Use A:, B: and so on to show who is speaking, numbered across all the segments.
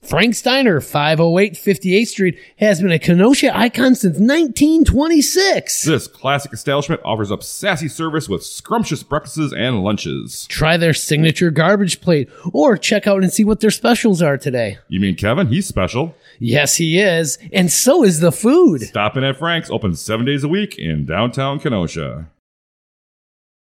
A: Frank Steiner, 508 58th Street, has been a Kenosha icon since 1926.
B: This classic establishment offers up sassy service with scrumptious breakfasts and lunches.
A: Try their signature garbage plate or check out and see what their specials are today.
B: You mean Kevin? He's special.
A: Yes, he is, and so is the food.
B: Stopping at Frank's, open seven days a week in downtown Kenosha.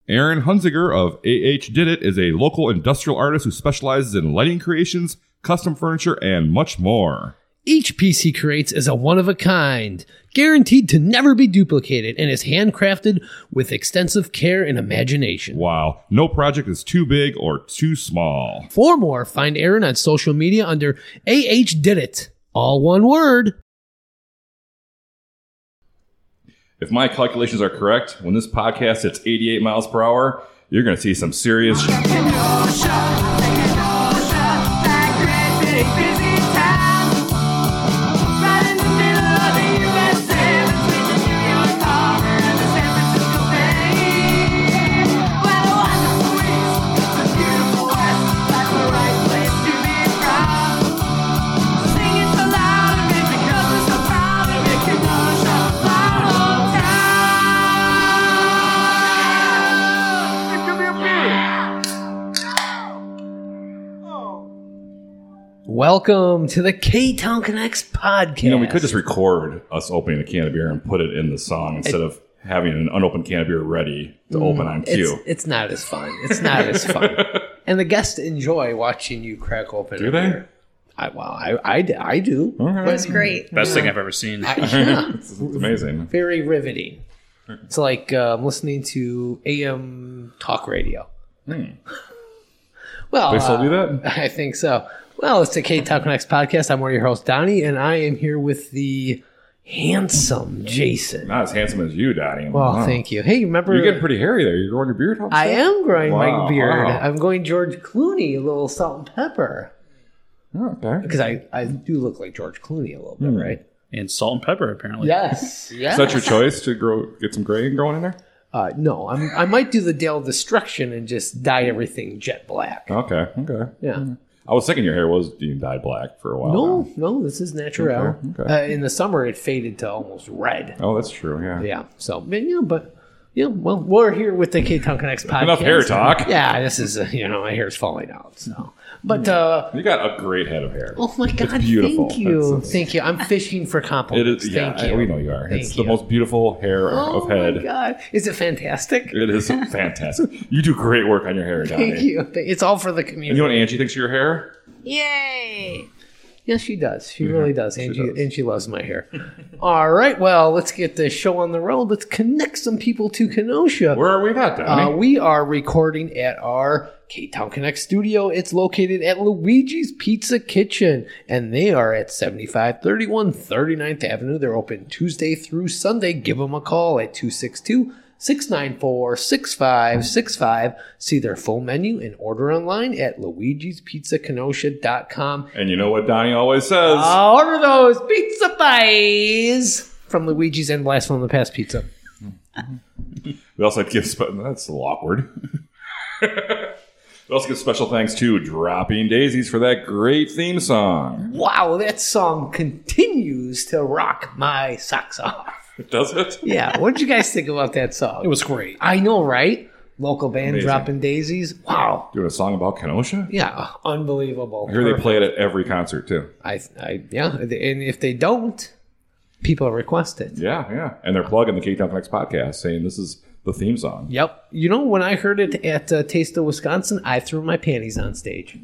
B: Aaron Hunziger of AH Did It is a local industrial artist who specializes in lighting creations, custom furniture, and much more.
A: Each piece he creates is a one of a kind, guaranteed to never be duplicated, and is handcrafted with extensive care and imagination.
B: Wow, no project is too big or too small.
A: For more, find Aaron on social media under AH Did It, all one word.
B: If my calculations are correct, when this podcast hits 88 miles per hour, you're going to see some serious. Sh-
A: Welcome to the K Town Connects podcast.
B: you know, we could just record us opening a can of beer and put it in the song instead of having an unopened can of beer ready to open on
A: Mm, it's,
B: cue.
A: it's not as fun. It's not as fun. And the guests enjoy watching you crack open.
B: Do
A: a
B: they?
A: beer. I, well, I, I, d- I do.
C: That's great.
D: Best thing I've ever seen.
A: I- yeah.
B: It's amazing.
A: very riveting.
B: Hmm.
A: It's like um, listening to AM talk radio. Well,
B: They still
A: Hmm. uh,
B: do that?
A: I think so. Well, it's the K Talk Connects podcast. I'm one of your hosts, Donnie, and I am here with the handsome Jason.
B: Not as handsome as you, Donnie.
A: Well,
B: Wow.
A: thank you. Hey, you remember?
B: You're getting pretty hairy there. You're growing your beard. out
A: I
B: still?
A: am growing
B: Wow,
A: my beard.
B: wow.
A: I'm going George Clooney, a little salt and pepper,
B: Oh, okay.
A: because I, I do look like George Clooney a little
B: Hmm.
A: bit, right?
D: and salt and pepper, apparently.
A: Yes, yes.
B: Is that your choice to grow, get some gray growing in there?
A: Uh, no, I'm, I might do the Dale Destruction and just dye everything jet black.
B: Okay, okay.
A: Yeah.
B: I was thinking your hair was being dyed black for a while.
A: No,
B: now.
A: no, this is natural.
B: Okay, okay.
A: Uh, in the summer, it faded to almost red.
B: Oh, that's true. Yeah.
A: Yeah. So, but, you know, but yeah, well, we're here with the K Town Connects podcast.
B: Enough hair talk.
A: Yeah, this is uh, you know my hair's falling out. So, but uh,
B: You got a great head of hair.
A: oh my god,
B: beautiful.
A: thank you,
B: It's- it's-
A: thank you. I'm fishing for
B: It
A: compliments.
B: is. Yeah,
A: thank you.
B: I- we know you are.
A: Thank
B: it's
A: you.
B: the most beautiful hair
A: Oh
B: of
A: my
B: head.
A: god, is it fantastic?
B: It is fantastic. you do great work on your hair, Donnie.
A: Thank you. It's all for the
B: And you
A: community.
B: know what Angie thinks of your hair?
C: Yay!
A: Yes, she does. She really does. And she,
B: Mm-hmm. does.
A: and she loves my hair. all right. Well, let's get this show on the road. Let's connect some people to Kenosha.
B: Where are we at, Donnie?
A: Uh, we are recording at our Cape Town Connect studio. It's located at Luigi's Pizza Kitchen, and they are at 7531 39th Avenue. They're open Tuesday through Sunday. Give them a call at 262 694 6565. See their full menu and order online at luigi'spizzakenosha.com.
B: and you know what Donnie always says?
A: Uh, order those pizza pies from Luigi's and Blast from the Past Pizza.
B: We also give spe- that's a little awkward. we also give special thanks to Dropping Daisies for that great theme song.
A: Wow, that song continues to rock my socks off.
B: Does it?
A: Yeah, what did you guys think about that song?
D: It was great.
A: I know, right? Local band
B: Amazing.
A: dropping daisies. Wow.
B: Doing a song about Kenosha?
A: Yeah, unbelievable.
B: I hear they play it at every concert too.
A: I, I, yeah, and if they don't, people request it.
B: Yeah, yeah. And they're plugging the Cape Town Connects podcast, saying this is the theme song.
A: Yep. You know, when I heard it at uh, Taste of Wisconsin, I threw my panties on stage.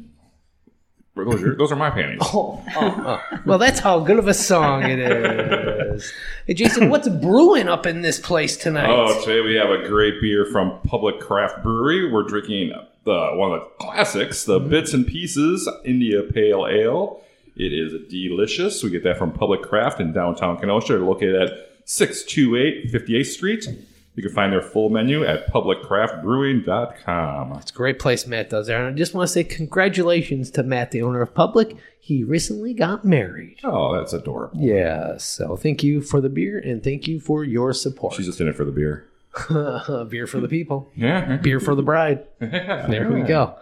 B: Those are, those are my panties.
A: Oh, oh, oh. Well, that's how good of a song it is. Hey, Jason, what's brewing up in this place tonight?
B: Oh, today we have a great beer from Public Craft Brewery. We're drinking the one of the classics, the Bits and Pieces India Pale Ale. It is delicious. We get that from Public Craft in downtown Kenosha. They're located at 628 58th Street. You can find their full menu at publiccraftbrewing.com.
A: It's a great place Matt does there. And I just want to say congratulations to Matt, the owner of Public. He recently got married.
B: Oh, that's adorable.
A: Yeah, so thank you for the beer and thank you for your support.
B: She's just in it for the beer.
A: beer for the people,
B: Yeah.
A: beer for the bride. There we go.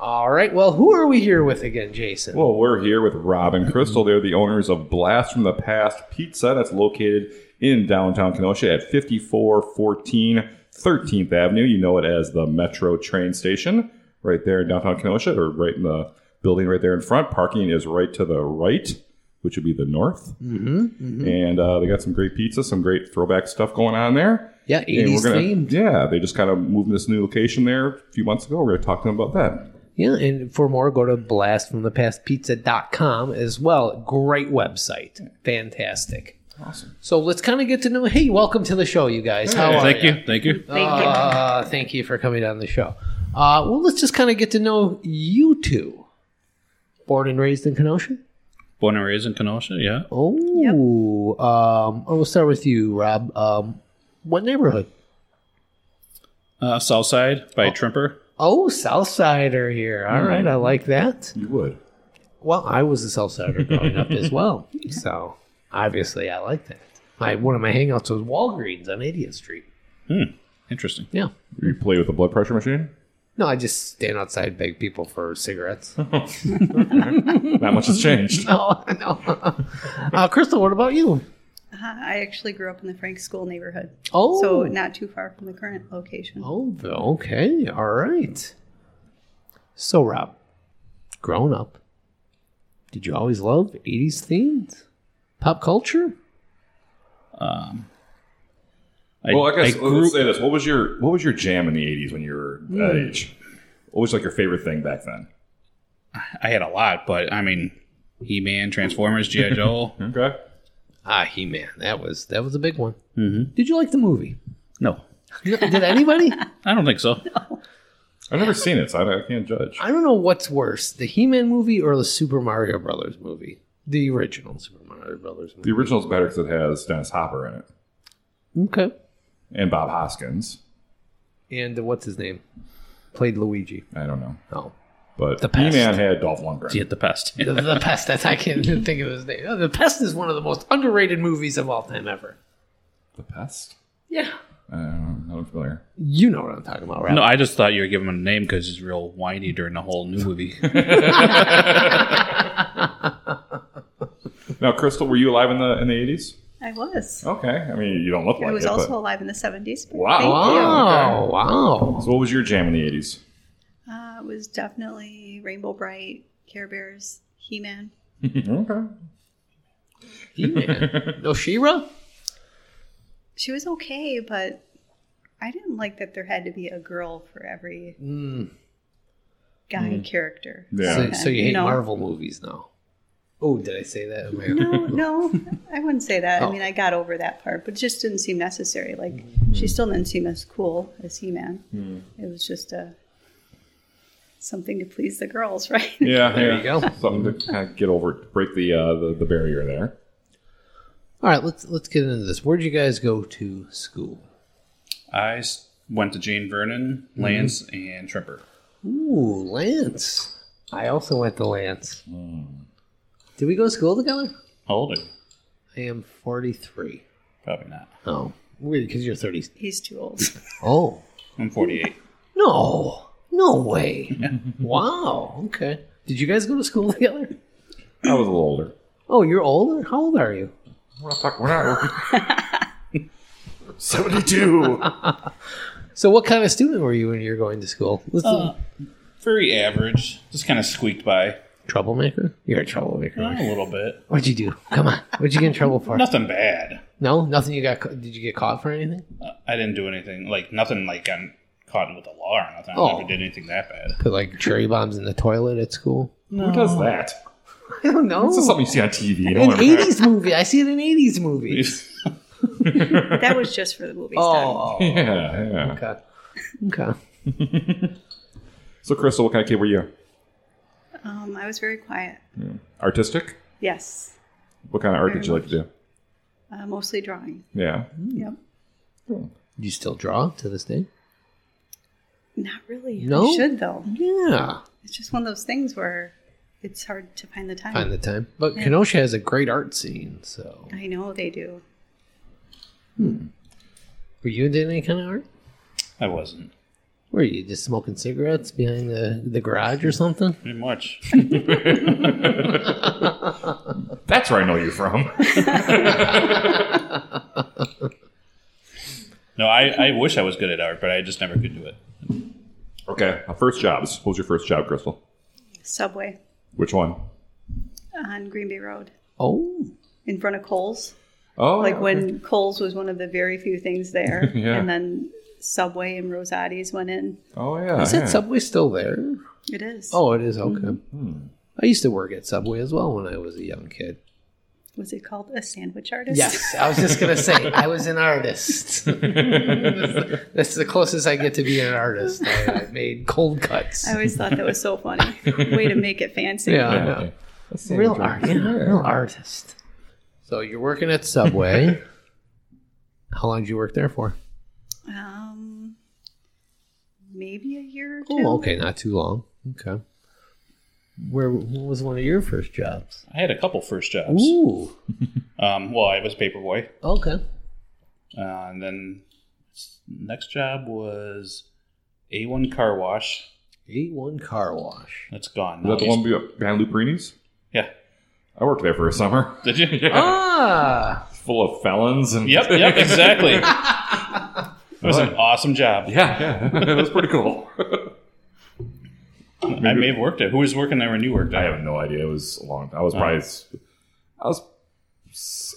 A: All right. Well, who are we here with again, Jason?
B: Well, we're here with Rob and Crystal.
A: Mm-hmm.
B: They're the owners of Blast from the Past Pizza that's located in downtown Kenosha at 5414 13th Avenue. You know it as the Metro train station right there in downtown Kenosha or right in the building right there in front. Parking is right to the right, which would be the north.
A: mm-hmm.
B: And uh, they got some great pizza, some great throwback stuff going on there.
A: Yeah,
B: And
A: 80s themed.
B: yeah, they just kind of moved to this new location there a few months ago. We're going to talk to them about that.
A: Yeah, and for more, go to blastfromthepastpizza.com as well. Great website. Fantastic.
B: Awesome.
A: So let's kind of get to know. Hey, welcome to the show, you guys. How are
D: Thank
A: ya?
D: you. Thank you.
C: Thank you.
A: Oh, Uh, thank you for coming on the show. Uh, well, let's just kind of get to know you two. Born and raised in Kenosha?
D: Born and raised in Kenosha. Yeah.
A: Oh, um, we'll start with you, Rob. Um, what neighborhood?
D: Uh, Southside by Trimper.
A: Oh, Southsider here. All right, I like that.
B: You would.
A: Well, I was a Southsider growing up as well, so obviously I like that. My one of my hangouts was Walgreens on 80th Street.
D: Interesting.
A: Yeah.
B: You play with the blood pressure machine?
A: No, I just stand outside, beg people for cigarettes.
B: Not much has changed.
A: oh no, uh, Crystal. What about you?
C: Uh, I actually grew up in the Frank School neighborhood,
A: Oh,
C: so not too far from the current location.
A: Oh, okay. All right. So, Rob, grown up, did you always love 80s themes? Pop culture?
D: Um,
B: well, I guess
D: grew-
B: let's say this: what was your what was your jam in the '80s when you were that age? What was like your favorite thing back then?
D: I had a lot, but I mean, He Man, Transformers, G.I. Joe.
B: Okay,
A: Ah, He Man. That was that was a big one.
D: Mhm.
A: Mm-hmm. Did you like the movie?
D: No,
A: Did anybody?
D: I don't think so.
B: I've never seen it, so I, I can't judge.
A: I don't know what's worse, the He Man movie or the Super Mario Brothers movie? The original Super Mario Brothers
B: The
A: movie.
B: original's better because it has Dennis Hopper in it
A: Okay.
B: and Bob Hoskins.
A: And uh, what's his name? Played Luigi.
B: I don't know,
A: Oh.
B: but
A: The
B: He
A: pest.
B: Man had Dolph Lundgren.
D: He had the pest.
A: The, the Pest. That's, I can't even think of his name. Oh, The Pest is one of the most underrated movies of all time ever.
B: The Pest.
A: Yeah.
B: I don't know. Not familiar.
A: You know what I'm talking about, right?
D: No, I just thought you were giving him a name because he's real whiny during the whole new movie.
B: Now, Crystal, were you alive in the in the '80s?
C: I was.
B: Okay, Oh, I mean, you don't look like
C: I was
B: it.
C: also
B: but,
C: alive in the 70s. but
B: Wow.
C: thank you.
A: Wow. Oh, Wow.
B: so, what was your jam in the '80s?
C: Uh, it was definitely Rainbow Bright, Care Bears, He Man.
B: okay,
A: He-Man. No Shira?
C: She was okay, but I didn't like that there had to be a girl for every
A: Mm.
C: guy character.
B: Yeah.
A: So, so you hate
C: know?
A: Marvel movies now. Oh, did I say that? Am I-
C: No, no, I wouldn't say that.
A: Oh.
C: I mean, I got over that part, but it just didn't seem necessary. Like,
A: Mm-hmm.
C: she still didn't seem as cool as He Man.
A: Mm.
C: It was just a, something to please the girls, right?
B: yeah,
A: There
B: yeah.
A: you go.
B: Something to kind of get over, break the uh, the, the barrier there.
A: All right, let's let's get into this. Where'd you guys go to school?
D: I s- went to Jane Vernon, Lance, and Trimper.
A: Ooh, Lance. I also went to Lance. Did we go to school together?
D: How old are you?
A: I am 43.
D: Probably not.
A: Oh, weird, because you're 30.
C: He's too old.
A: Oh,
D: I'm 48.
A: no, no way. wow. Okay. Did you guys go to school together?
B: I was a little older.
A: Oh, you're older. How old are you?
B: We're not talking. We're not. Seventy-two.
A: So, what kind of student were you when you were going to school? Was
D: Uh, very average. Just kind of squeaked by.
A: troublemaker? You're a troublemaker.
D: a little bit.
A: What'd you do? Come on. What'd you get in trouble for?
D: Nothing bad.
A: No, nothing. You got? ca- Did you get caught for anything?
D: Uh, I didn't do anything. Like, nothing like I'm caught with the law or nothing. I
A: Oh.
D: never did anything that bad.
A: Put like cherry bombs in the toilet at school.
B: Who does
D: Oh.
B: that?
A: I
C: Oh,
A: don't know.
B: This is something you see on TV. You
A: An
B: don't remember that.
A: eighties movie. I see it in eighties movies.
C: that was just for the movie. stuff.
A: Oh,
B: Yeah, yeah.
A: okay, okay.
B: So, Crystal, what kind of kid were you?
C: Um, I was very quiet.
B: Artistic?
C: Yes,
B: What kind of art
C: Very
B: did you like to do?
C: uh, mostly drawing.
B: Yeah.
A: Hmm.
C: Yep.
A: You still draw to this day?
C: Not really.
A: No?
C: I should though.
A: Yeah.
C: It's just one of those things where it's hard to find the time.
A: Find the time, but Kenosha has a great art scene. So,
C: I know they do.
A: were you into any kind of art?
D: I wasn't.
A: Were you just smoking cigarettes behind the, the garage or something?
D: Pretty much.
B: That's where I know you from.
D: No, I, I wish I was good at art, but I just never could do it.
B: okay, uh, first jobs. What was your first job, Crystal?
C: Subway
B: Which one?
C: on Green Bay Road
A: Oh,
C: in front of Coles.
B: Oh,
C: Like when Coles was one of the very few things there,
B: Yeah.
C: and then Subway and Rosati's went in.
B: Oh yeah.
A: is
B: yeah.
A: that Subway still there?
C: It is.
A: Oh, it is okay.
B: Mm-hmm.
A: I used to work at Subway as well when I was a young kid.
C: Was it called a sandwich artist?
A: Yes, I was just gonna say I was an artist. That's the closest I get to being an artist. I, I made cold cuts.
C: I always thought that was so funny. Way to make it fancy.
A: Yeah, I
B: Yeah,
A: know.
B: yeah. That's the
A: real
B: image
A: art,
B: of it.
A: yeah, real artist. So you're working at Subway. How long did you work there for?
C: Um, maybe a year or two.
A: Oh, okay, not too long. Okay. Where what was one of your first jobs?
D: I had a couple first jobs.
A: Ooh.
D: Um, well, I was a paperboy.
A: Okay.
D: Uh, and then s- next job was A1 Car Wash.
A: A one car wash.
D: That's gone.
B: Is
D: now.
B: that the one be- behind Luperini's?
D: Yeah.
B: I worked there for a summer.
D: Did you?
A: Ah.
B: Full of felons and
D: Yep, yep, exactly. It was an awesome job.
B: Yeah, yeah. that was pretty cool.
D: I may have worked it. Who was working there when you worked
B: I
D: there?
B: have no idea. It was a long I was
D: Uh-huh.
B: probably s- I was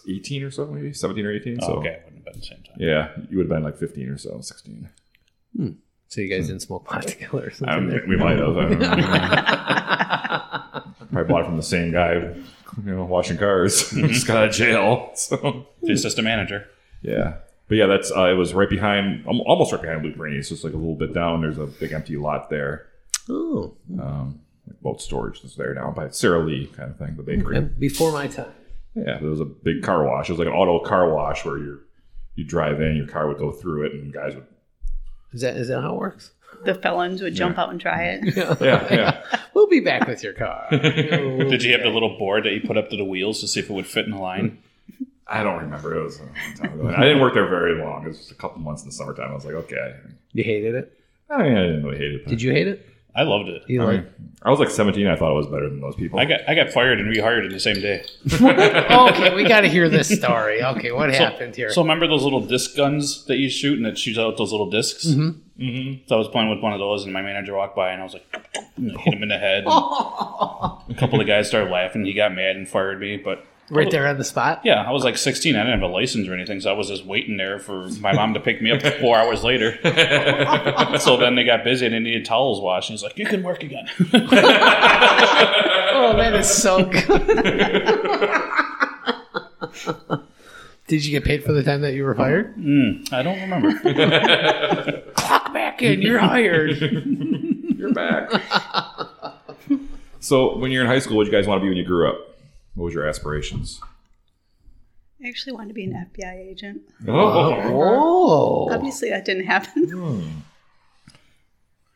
B: eighteen or so, maybe seventeen or eighteen.
D: Oh,
B: so
D: okay, it wouldn't have been the same time.
B: yeah, you would have been like fifteen or so, sixteen.
A: So you guys didn't smoke pot together or
B: I
A: something?
B: don't
A: there?
B: think we might have. I don't know. probably bought it from the same guy, you know, washing cars. Just got out of jail. So
D: The assistant manager.
B: yeah. But yeah, that's uh, it was right behind, al- almost right behind Blue Brainy. So it's like a little bit down. There's a big empty lot there.
A: Oh.
B: um, like boat storage that's there now by Sarah Lee kind of thing, the bakery.
A: okay. Before my time.
B: Yeah, there was a big car wash. It was like an auto car wash where you you drive in, your car would go through it, and guys would
A: Is that is that how it works?
C: The felons would jump out and try it.
B: yeah yeah.
A: We'll be back with your car.
D: Did you have the little board that you put up to the wheels to see if it would fit in the
A: Mm-hmm.
D: line?
B: I don't remember. It was a long time ago. And I didn't work there very long. It was just a couple months in the summertime. I was like, okay.
A: You hated it?
B: I mean, I didn't really hate it.
A: Did you hate it?
D: I loved it.
B: Um,
A: You like,
B: I was like 17. I thought it was better than those people.
D: I got I got fired and rehired in the same day.
A: okay, we got to hear this story. Okay, what happened here?
D: So remember those little disc guns that you shoot and it shoots out those little discs? Mm-hmm. Mm-hmm. So I was playing with one of those and my manager walked by and I was like, and I hit him in the head. a couple of the guys started laughing. He got mad and fired me. But
A: right there on the spot?
D: yeah, I was like 16. I didn't have a license or anything, so I was just waiting there for my mom to pick me up four hours later. so then they got busy and they needed towels washed. And he's like, you can work again.
A: Oh, that is so good. Did you get paid for the time that you were fired?
D: I don't remember.
A: Clock back in. You're hired.
B: You're back. so when you're in high school, what did you guys want to be when you grew up? What was your aspirations?
C: I actually wanted to be an FBI agent.
A: Uh,
B: Oh, Hmm.
A: Oh,
C: Obviously, that didn't happen.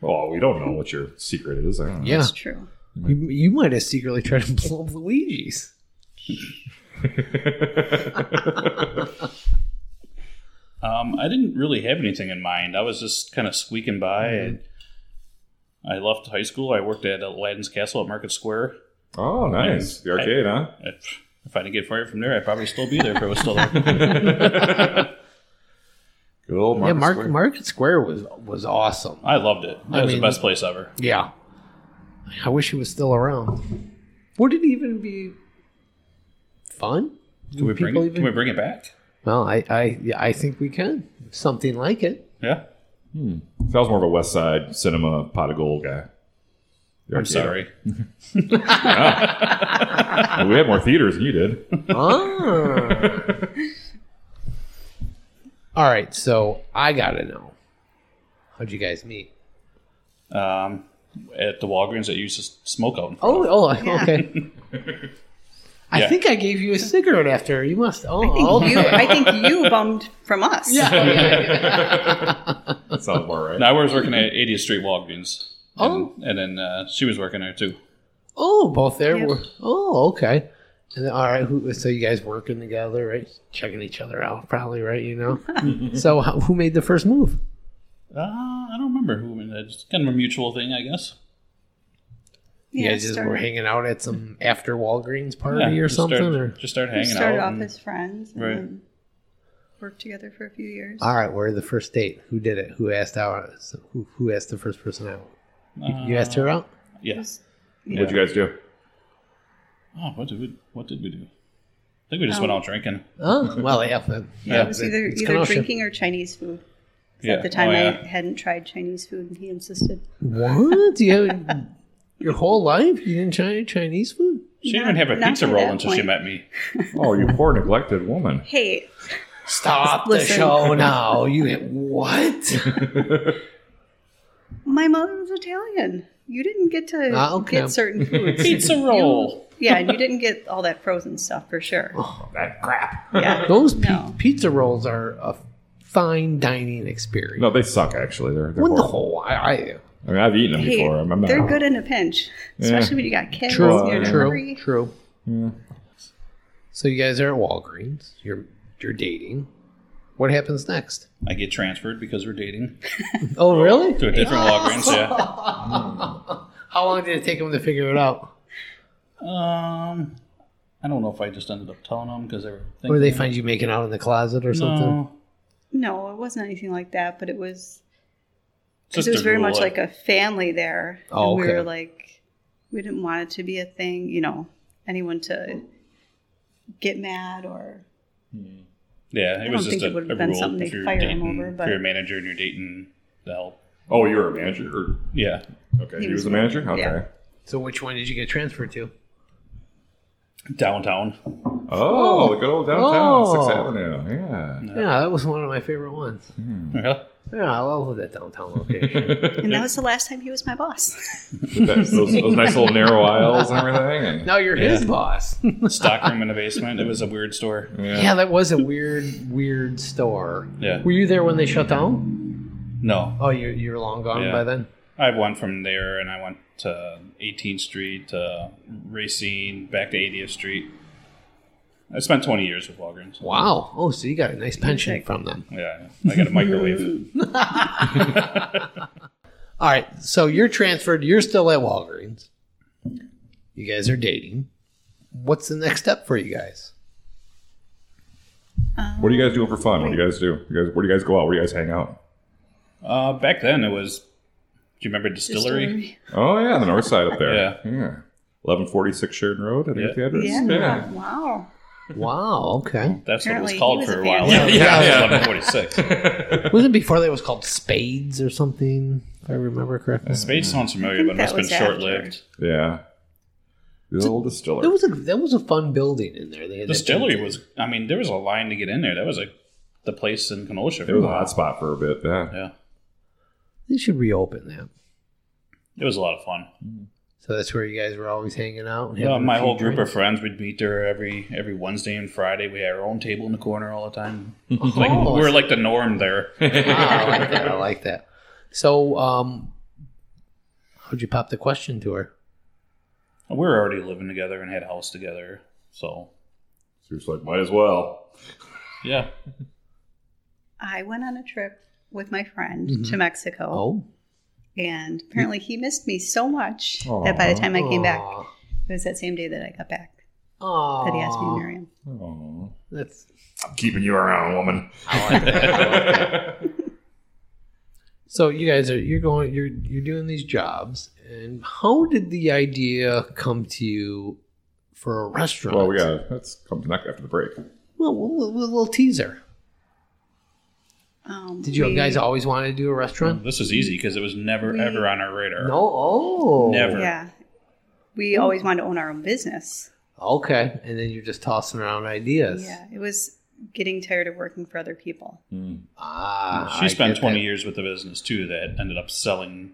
B: oh, we don't know what your secret is. I don't know.
A: yeah.
C: It's true.
A: You, you might have secretly tried to blow up Luigi's.
D: Um, I didn't really have anything in mind. I was just kind of squeaking by. And I left high school. I worked at Aladdin's Castle at Market Square.
B: Oh, nice. The arcade, huh?
D: If, if I didn't get fired from there, I'd probably still be there if it was still there.
B: Good old
A: Yeah,
B: Market
A: Mark,
B: Square.
A: Market Square was was awesome.
D: I loved it. That
A: I
D: was
A: mean-
D: the best place ever.
A: Yeah. I wish it was still around. Would it even be fun?
D: Can we bring
A: people
D: it?
A: even-
D: Can we bring it back?
A: Well, I I yeah, I think we can. Something like it.
D: Yeah.
B: So I was more of a West Side cinema pot of gold guy.
D: I'm sorry.
B: we had more theaters than you did.
A: Ah. All right, so I got to know. How'd you guys meet?
D: Um, at the Walgreens that you used to s- smoke out. in front
A: Oh,
D: of.
A: oh, okay. I
D: Yeah.
A: think I gave you a cigarette after. You must. Oh,
C: I think
A: okay.
C: you. I think you bummed from us.
A: Yeah, yeah, yeah.
B: That sounds more right.
D: No, I was working at 80th Street Walgreens.
A: Oh.
D: And, and then uh, she was working there too.
A: Oh, both there
C: Yeah.
A: were. Oh, okay. And then, all right, who, so you guys working together, right? Checking each other out, probably, right? You know. so, how, who made the first move?
D: Uh, I don't remember who. It's kind of a mutual thing, I guess.
A: You
C: Yeah,
A: guys just
C: started-
A: were hanging out at some after Walgreens party
D: Yeah,
A: or
D: just start-
A: something? or?
D: just start
C: we
D: hanging
C: started
D: out.
C: off
D: and-
C: as friends and
D: Right.
C: then worked together for a few years.
A: All right, where the first date? Who did it? Who asked out? So who, who asked the first person out? You, you asked her out?
D: yeah.
C: Yeah.
B: What'd you guys do?
D: Oh, what did we? What did we do? I think we just went
C: Um,
D: out drinking.
A: Oh, well, yeah. then-
D: Yeah,
C: It was either,
A: it's
C: either
A: Kenosha.
C: drinking or Chinese food. 'Cause
D: Yeah.
C: At the time,
D: Oh,
C: I
D: yeah.
C: hadn't tried Chinese food, and he insisted.
A: What? You have, your whole life you didn't try Chinese food?
D: She
C: Not-
D: didn't even have a
C: not
D: pizza
C: to
D: roll
C: that
D: until she
C: point.
D: met me.
B: Oh, you poor neglected woman.
C: Hey,
A: Stop the
C: Listen.
A: show now. You what?
C: my mother was Italian. You didn't get to
A: Ah, okay.
C: get certain foods.
D: Pizza roll.
C: yeah, and you didn't get all that frozen stuff for sure.
B: That crap.
C: Yeah.
A: Those pi-
C: No.
A: pizza rolls are a fine dining experience.
B: No, they suck. Actually, they're, they're
A: What the
B: horrible.
A: whole? I, I,
B: I mean, I've eaten them
C: Hey,
B: before. I'm, I'm not-
C: they're good in a pinch, especially when you got kids.
A: true,
B: Well,
C: you're
B: yeah.
A: true,
C: hungry.
A: true.
B: Hmm.
A: So you guys are at Walgreens. You're you're dating. What happens next?
D: I get transferred because we're dating
A: Oh, really?
D: to a different Walgreens. Yeah.
A: How long did it take them to figure it out?
D: Um, I don't know if I just ended up telling them because they were. Thinking,
A: Or they find you making out in the closet or something?
D: No,
C: No, it wasn't anything like that, but it was
D: it's
C: because
D: just
C: it was
D: a
C: very
D: rule
C: much
D: of-
C: like a family there.
A: Oh,
C: and we
A: okay.
C: were like, we didn't want it to be a thing, you know, anyone to get mad or
D: yeah. It
C: I
D: was just
C: don't think
D: a,
C: it would've
D: a
C: been
D: rule.
C: something
D: if
C: they'd
D: you're
C: fire 'em
D: dating,
C: over,
D: if
C: but-
D: you're a manager and you're dating the help.
B: Oh, you were a manager. Or,
D: Yeah.
B: okay,
C: He
B: he, was,
C: was
B: a
C: one.
B: manager. Okay.
C: Yeah.
A: So which one did you get transferred to?
D: Downtown.
B: Oh, the good old downtown,
A: Oh.
B: Sixth Avenue. Yeah.
A: Yeah, that was one of my favorite ones.
D: Yeah.
A: Yeah, I love that downtown location.
C: and that was the last time he was my boss.
B: With that- those, those nice little narrow aisles and everything. And,
A: now you're his boss.
D: Stock room in the basement. It was a weird store.
B: yeah.
A: yeah, that was a weird, weird store.
D: Yeah.
A: Were you there when they shut down?
D: No,
A: Oh, you you were long gone
D: Yeah.
A: by then.
D: I went from there and I went to 18th Street to Racine, back to 80th Street. I spent 20 years with Walgreens.
A: Wow. Oh, so you got a nice pension from them.
D: Yeah, I got a microwave.
A: All right. So you're transferred. You're still at Walgreens. You guys are dating. What's the next step for you guys?
B: What are you guys doing for fun? What do you guys do? You guys, where do you guys go out? Where do you guys hang out?
D: uh, back then it was. Do you remember distillery?
B: Oh yeah, the north side up there.
D: Yeah.
B: Yeah. Eleven forty six Sheridan Road. I think
D: Yeah.
B: that's the address.
C: Yeah.
B: yeah.
C: Wow.
A: Wow. Okay.
D: That's
C: Apparently, he
D: what it was called
C: was
D: for
C: a
D: a while.
C: fan.
B: Yeah, yeah.
D: 1146.
A: Wasn't it before that it was called Spades or something? If I remember correctly.
D: Spade sounds familiar,
C: think
D: but it must
C: that
D: have been
C: was after.
D: short lived.
B: Yeah. The old distillery.
A: That was a that was a fun building in there. They had that
D: Distillery
A: big-
D: was. I mean, there was a line to get in there. That was like the place in Kenosha. for
B: it was a
D: while.
B: hot spot for a bit. Yeah.
D: Yeah,
A: They should reopen that.
D: it was a lot of fun.
A: So that's where you guys were always hanging out. and
D: Uh,
A: having a
D: my
A: few
D: whole group
A: drinks?
D: of friends would meet there every every Wednesday and Friday. We had our own table in the corner all the time. like we were like the norm there.
A: Ah, I like that. I like that. So, um, how'd you pop the question to her?
D: we were already living together and had a house together. So
B: She was like, might as well.
D: yeah,
C: I went on a trip with my friend
A: Mhm.
C: to Mexico,
A: Oh,
C: and apparently he missed me so much that by the time I came back, it was that same day that I got back
A: Oh,
C: that he asked me to marry him.
B: Aw.
A: That's
B: I'm keeping you around, woman.
A: so. You guys are you're going you're you're doing these jobs, and how did the idea come to you for a restaurant?
B: well, we got let's come to neck after the break.
A: well, well, well, a little teaser.
C: Um,
A: Did you
C: we-
A: guys always want to do a restaurant?
D: this was easy because it was never
C: We-
D: ever on our radar.
A: No. Oh,
D: Never.
C: Yeah. We always wanted to own our own business.
A: Okay, and then you're just tossing around ideas.
C: Yeah. It was getting tired of working for other people.
A: Ah,
D: she
A: I
D: spent
A: get
D: twenty
A: that.
D: years with the business too. That ended up selling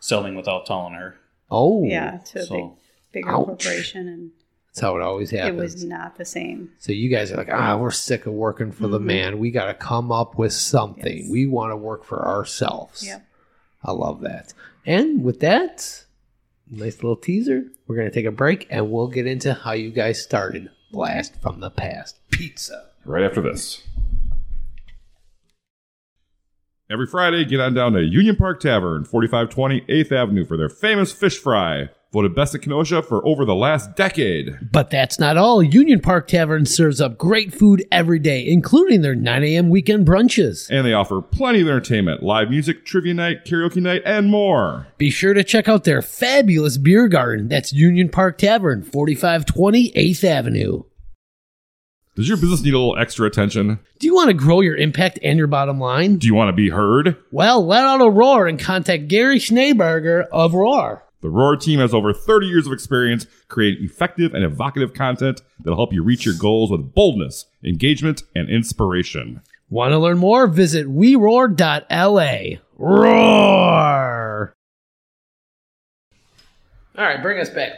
D: selling without telling her.
A: Oh,
C: yeah. To a big,
D: so-
C: bigger
A: Ouch.
C: corporation. And
A: That's how it always happens.
C: it was not the same.
A: So you guys are like, ah, we're sick of working for the man. We got to come up with something.
C: Mm-hmm. Yes.
A: We want to work for ourselves.
C: Yep.
A: I love that. And with that, nice little teaser. We're going to take a break and we'll get into how you guys started Blast from the Past Pizza.
B: Right after this. Every Friday, get on down to Union Park Tavern, 4520 8th Avenue for their famous fish fry. Voted best at Kenosha for over the last decade.
A: But that's not all. Union Park Tavern serves up great food every day, including their 9 a.m. weekend brunches.
B: And they offer plenty of entertainment live music, trivia night, karaoke night, and more.
A: Be sure to check out their fabulous beer garden. That's Union Park Tavern, 4520 8th Avenue.
B: Does your business need a little extra attention?
A: Do you want to grow your impact and your bottom line?
B: Do you want to be heard?
A: Well, let out a roar and contact Gary Schneeberger of Roar.
B: The Roar team has over 30 years of experience creating effective and evocative content that'll help you reach your goals with boldness, engagement, and inspiration.
A: Want to learn more? Visit weroar.la. Roar! All right, bring us back.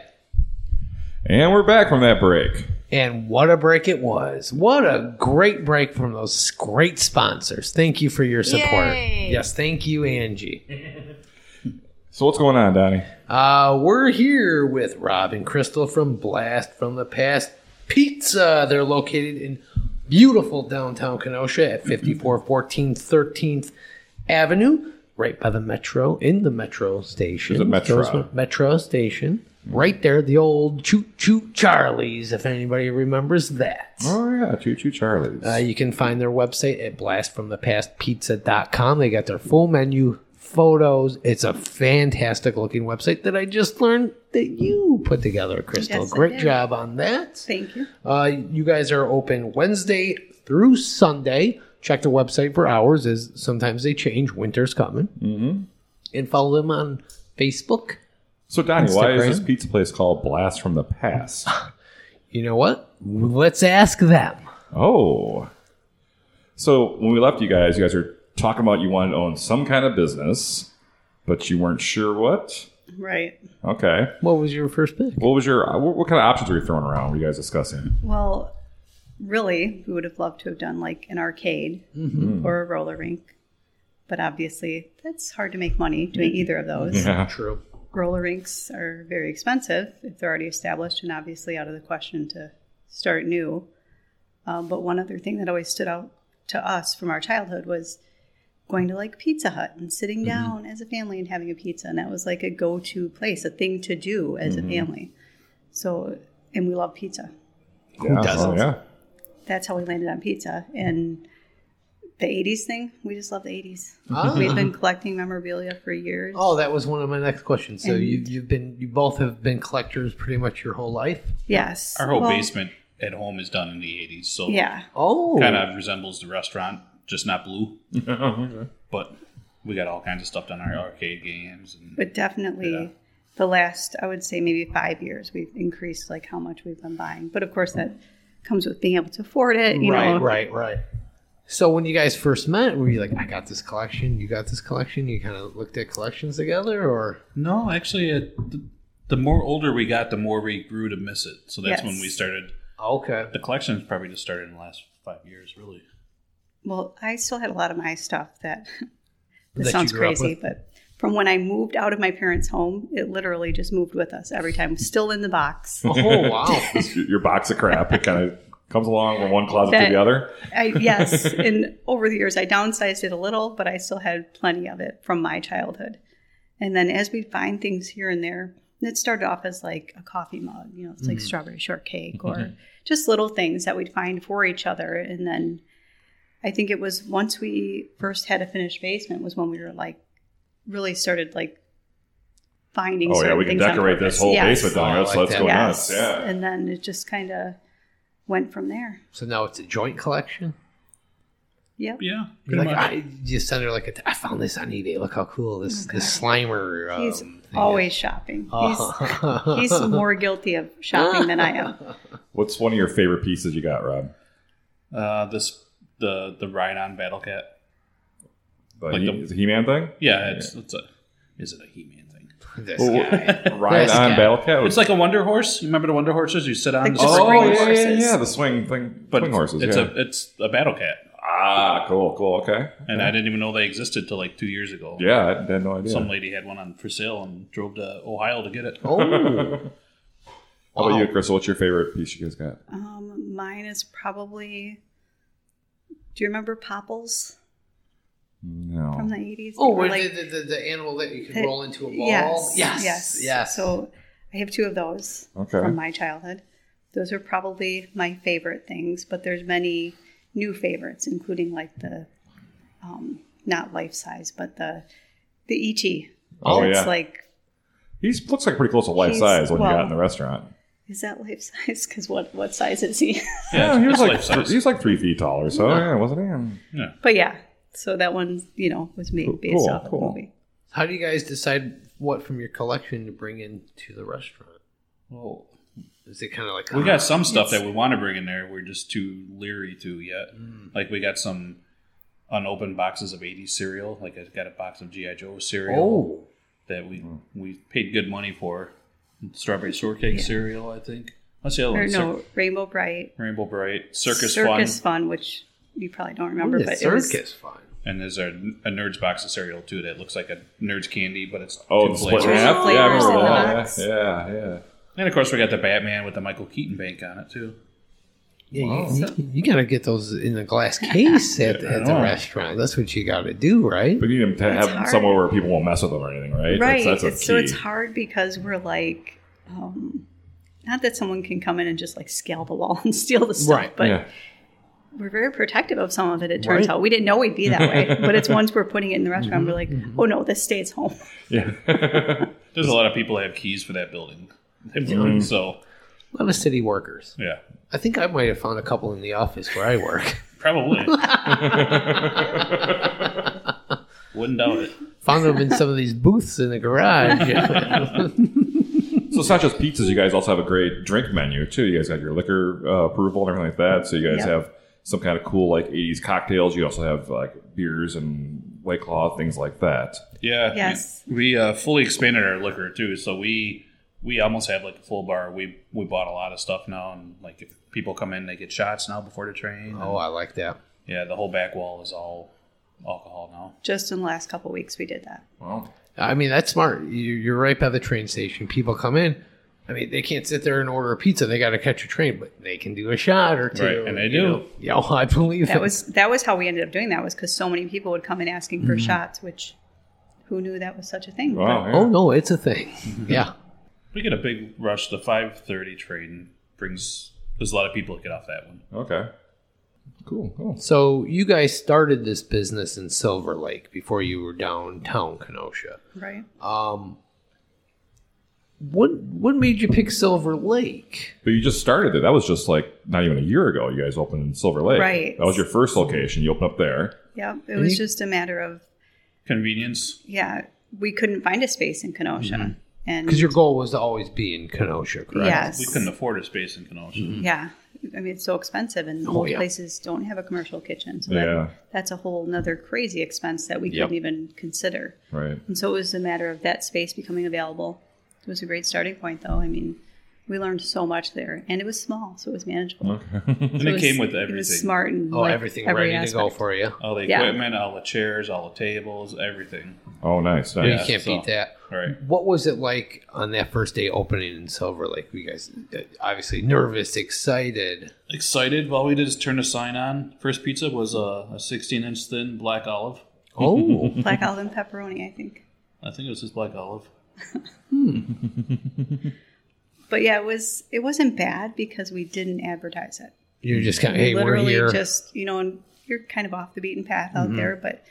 B: And we're back from that break.
A: And what a break it was. What a great break from those great sponsors. Thank you for your support.
C: Yay.
A: Yes, thank you, Angie.
B: So, what's going on, Donnie?
A: Uh, we're here with Rob and Crystal from Blast from the Past Pizza. They're located in beautiful downtown Kenosha at 5414 13th Avenue, right by the metro, in the metro station.
B: There's a metro.
A: Those- metro station. Right there, the old Choo Choo Charlie's, if anybody remembers that.
B: Oh, yeah, Choo Choo Charlie's.
A: Uh, you can find their website at blastfromthepastpizza.com. They got their full menu, photos. It's a fantastic looking website that I just learned that you put together, Crystal.
C: Yes, I
A: Great
C: did.
A: job on that.
C: Thank you.
A: Uh, you guys are open Wednesday through Sunday. Check the website for hours, as sometimes they change. Winter's coming. Mm-hmm. And follow them on Facebook.
B: so, Donnie, why
A: Instagram?
B: is this pizza place called Blast from the Past?
A: You know what? Let's ask them.
B: Oh. So when we left you guys, you guys were talking about you wanted to own some kind of business, but you weren't sure what.
C: Right.
B: Okay.
A: What was your first pick?
B: What was your what, what kind of options were you throwing around? Were you guys discussing?
C: Well, really, we would have loved to have done like an arcade
B: Mm-hmm.
C: or a roller rink. But obviously, that's hard to make money doing either of those.
B: Yeah.
A: True.
C: Roller rinks are very expensive if they're already established, and obviously out of the question to start new. Um, but one other thing that always stood out to us from our childhood was going to like Pizza Hut and sitting
B: Mm-hmm.
C: down as a family and having a pizza. And that was like a go to place, a thing to do as
B: Mm-hmm.
C: a family. So, and we love pizza
B: Who
A: doesn't?
B: Oh, yeah.
C: that's how we landed on pizza and the 80s thing we just love the 80s we've been collecting memorabilia for years
A: Oh, that was one of my next questions. So
C: And-
A: you, you've been, you both have been collectors pretty much your whole life.
C: yes
D: Our whole
C: Well,
D: basement at home is done in the 80s, so
C: yeah
A: Oh,
D: kind of resembles the restaurant, just not blue. But we got all kinds of stuff done, our arcade games. And
C: but definitely
D: Yeah.
C: the last i would say maybe five years we've increased like how much we've been buying but of course that comes with being able to afford it you
A: right,
C: know
A: right, right. So when you guys first met, were you like, "I got this collection, you got this collection"? You kind of looked at collections together, or
D: No, actually, it, the, the more older we got, the more we grew to miss it. So that's when
C: Yes.
D: we started.
A: okay,
D: The collection's probably just started in the last five years, really.
C: well i still had a lot of my stuff that
A: That
C: this
A: you
C: sounds
A: grew up
C: crazy
A: with?
C: but from when i moved out of my parents home it literally just moved with us every time still in the box
A: oh wow,
B: It's your, your box of crap. It kind of comes along from one closet to
C: That-
B: the other.
C: I, yes, and over the years I downsized it a little, but I still had plenty of it from my childhood. And then as we find things here and there, and it started off as like a coffee mug, you know, it's
B: Mm-hmm.
C: like strawberry shortcake or just little things that we'd find for each other. And then I think it was once we first had a finished basement was when we were like really started like finding.
B: Oh yeah,
C: certain
B: we can
C: things on
B: decorate this
C: purpose.
B: whole
C: Yes.
B: basement down.
A: Oh, I
B: Let's,
A: like
B: let's
A: that.
B: go
C: Yes.
B: nuts. Yeah.
C: And then it just kind of went from there.
A: so now it's a joint collection.
C: Yep.
D: Yeah.
A: You're
D: pretty
A: like,
D: much.
A: I you send her like, a, "I found this on eBay. Look how cool this this Slimer." Um,
C: He's
A: thing is."
C: always shopping.
A: Oh.
C: He's, he's more guilty of shopping than I am.
B: What's one of your favorite pieces you got, Rob?
D: Uh, this the the Rhydon Battle Cat.
B: The,
D: Like
B: he,
D: the-
B: is it He-Man thing?
D: Yeah, it's, it's a is it a He Man thing?
A: This
B: Oh,
A: guy.
B: Ride
A: This
B: on
A: guy.
B: Battle Cat.
D: It's like a Wonder Horse. You remember the Wonder Horses? You sit on
C: Like
D: the
C: just
D: swing
B: oh
C: spring
B: yeah, yeah,
C: horses.
B: yeah, the swing thing,
D: but
B: swing
D: it's,
B: horses.
D: it's
B: yeah.
D: a it's a battle cat,
B: ah, cool, cool, okay.
D: and I didn't even know they existed till like two years ago.
B: Yeah, I had no idea.
D: Some lady had one on for sale and drove to Ohio to get it.
A: Oh,
B: How about
A: Wow.
B: you, Crystal? What's your favorite piece you guys got?
C: Um, mine is probably. Do you remember Popples? from
B: No.
C: the 80s.
A: Oh,
C: They were
A: where
C: like-
A: the, the, the, the animal that you can
C: Hey,
A: roll into a ball.
C: Yes.
A: yes,
C: Yes.
A: yes.
C: So I have two of those
B: Okay.
C: from my childhood. Those are probably my favorite things, but there's many new favorites, including like the um, not life size, but the the ET.
B: Oh,
C: That's
B: yeah.
C: like
B: He looks like pretty close to life
C: He's-
B: size when you got
C: well-
B: in the restaurant.
C: is that life size? Because what what size is he?
B: Yeah, he was
D: it's
B: like
D: life size.
B: he was like three feet tall or so. Yeah, wasn't he? Um,
C: but yeah, so that one you know was
B: Cool,
C: made based
B: cool,
C: off
B: cool.
C: the movie.
A: How do you guys decide what from your collection to bring into the restaurant?
D: Well,
A: Is it kind of like "Oh,
D: we got some stuff that we want to bring in there. We're just too leery to yet.
B: Mm.
D: Like we got some unopened boxes of '80s cereal. Like I got a box of GI Joe cereal
A: oh
D: that we
B: Mm.
D: we paid good money for. Strawberry shortcake cereal, I think. What's the other
C: Or
D: one?
C: no, Rainbow Bright,
D: Cir- Rainbow Bright, Circus,
C: Circus
D: Fun,
C: Fun, which you probably don't remember,
A: Ooh, the
C: but
A: circus
C: it was
A: fun.
D: and there's a, a Nerds box of cereal too that looks like a Nerds candy, but it's
B: Oh,
D: two
B: the split
D: flavors.
B: half. Yeah, I
C: flavors
B: remember
C: in the
B: that.
C: box.
B: Yeah, yeah, yeah.
D: And of course, we got the Batman with the Michael Keaton bank on it too.
A: Yeah,
B: Wow.
D: Oh.
A: you, you, you gotta get those in a glass case at,
D: Yeah, I
A: at the
D: know.
A: restaurant. That's what you gotta do, right?
B: But you need him to have
C: hard.
B: somewhere where people won't mess with him or anything, right?
C: right
B: That's,
C: It's-
B: that's
C: so
B: a key.
C: it's hard because we're like um, not that someone can come in and just like scale the wall and steal the stuff
A: Right,
C: but
B: yeah.
C: we're very protective of some of it it turns
A: Right.
C: out we didn't know we'd be that way but it's once we're putting it in the restaurant
B: Mm-hmm,
C: we're like oh no this stays home
B: Yeah.
D: There's a lot of people that have keys for that building. That building, So
A: A lot of city workers.
D: yeah,
A: I think I might have found a couple in the office where I work.
D: probably. Wouldn't doubt it.
A: found them in some of these booths in the garage.
B: so it's not just pizzas. You guys also have a great drink menu too. You guys got your liquor uh, approval and everything like that. So you guys
C: Yep.
B: have some kind of cool like '80s cocktails. You also have like beers and white claw things like that.
D: Yeah.
C: Yes.
D: We uh, fully expanded our liquor too, so we we almost have like a full bar. We we bought a lot of stuff now, and like if people come in, they get shots now before the train.
A: oh, I like that.
D: Yeah, the whole back wall is all alcohol now.
C: just in the last couple weeks we did that
B: Wow.
A: I mean, that's smart. You- You're right by the train station. People come in. I mean, they can't sit there and order a pizza. They got to catch a train, but they can do a shot or two.
D: Right, and they
A: you
D: do.
A: know. Yeah, well, I believe
C: that
A: it.
C: was that was how we ended up doing that was because so many people would come in asking
A: Mm-hmm.
C: for shots which who knew that was such a thing
B: Wow.
C: But
B: yeah.
A: Oh no, it's a thing.
C: Mm-hmm.
A: Yeah,
D: We get a big rush. The five thirty train brings. There's a lot of people that get off that one.
B: Okay. Cool. Cool.
A: So you guys started this business in Silver Lake before you were downtown Kenosha.
C: right
A: Um, what what made you pick Silver Lake?
B: But you just started it. That was just like not even a year ago. You guys opened in Silver Lake.
C: Right.
B: That was your first location. You opened up there.
C: yeah it
A: And
C: was
A: you-
C: just a matter of
D: Convenience.
C: yeah we couldn't find a space in kenosha
A: Mm-hmm.
C: and
A: Because your goal was to always be in Kenosha, correct?
C: yes
D: We couldn't afford a space in Kenosha.
C: Yeah. I mean, it's so expensive, and
A: Oh,
C: most
A: yeah.
C: places don't have a commercial kitchen. So
B: Yeah.
C: that, that's a whole nother crazy expense that we
A: Yep.
C: couldn't even consider.
B: Right.
C: And so it was a matter of that space becoming available. It was a great starting point, though. I mean, we learned so much there, and it was small, so it was manageable.
D: And
C: So
D: it came
C: was-
D: with
C: It was
D: everything.
C: smart and
A: Oh,
C: like,
A: everything
C: every
A: ready to go
C: aspect.
A: for you.
D: All the
C: Yeah.
D: equipment, all the chairs, all the tables, everything.
B: Oh, nice.
A: You
B: nice.
D: Yeah,
A: can't
D: so-
A: beat that.
D: Right.
A: What was it like on that first day opening in Silver Lake? You guys uh, obviously nervous, excited.
D: Excited. All we did is turn a sign on. First pizza was a, a 16 inch thin black olive.
A: Oh,
C: Black olive and pepperoni, I think.
D: I think it was just black olive.
C: But yeah, it was it wasn't bad because we didn't advertise it.
A: you're just kind of hey, we're
C: literally
A: here. Mm-hmm.
C: just you know and you're kind of off the beaten path out there but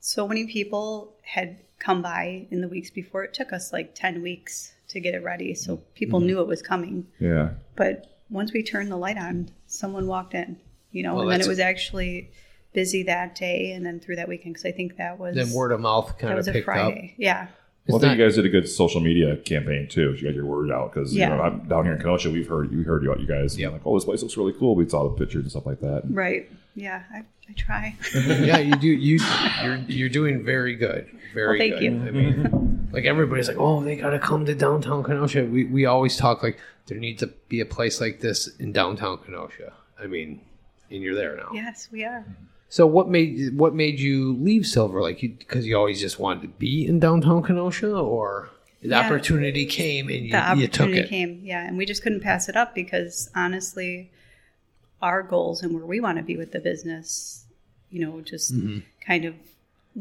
C: so many people had come by in the weeks before it took us like 10 weeks to get it ready so
A: Mm-hmm.
C: people
D: Mm-hmm.
C: knew it was coming
B: Yeah.
C: but once we turned the light on someone walked in you know
A: Well,
C: and then
A: that's-
C: it was actually busy that day and then through that weekend because i think that was
A: then word of mouth
C: that
A: kind of
C: was a
A: picked up.
C: friday yeah
A: It's
B: well, I
A: not-
B: think you guys did a good social media campaign too. You got your word out because
C: Yeah.
B: you know, I'm down here in Kenosha. We've heard you heard about you guys. Yeah, like oh, this place looks really cool. We saw the pictures and stuff like that.
C: right yeah i, I try
A: yeah, you do. You you're you're doing very good. Very
C: Well, thank
A: good.
C: you.
A: I mean, like everybody's like, oh, they gotta come to downtown Kenosha. We we always talk like there needs to be a place like this in downtown Kenosha. I mean, and you're there now.
C: yes we are
A: So what made what made you leave Silver Lake? Because you, always just wanted to be in downtown Kenosha, or the
C: Yeah.
A: opportunity came and you,
C: the
A: you took
C: opportunity
A: it.
C: came yeah and we just couldn't pass it up because honestly
A: Mm-hmm.
C: our goals and where we want to be with the business you know just kind of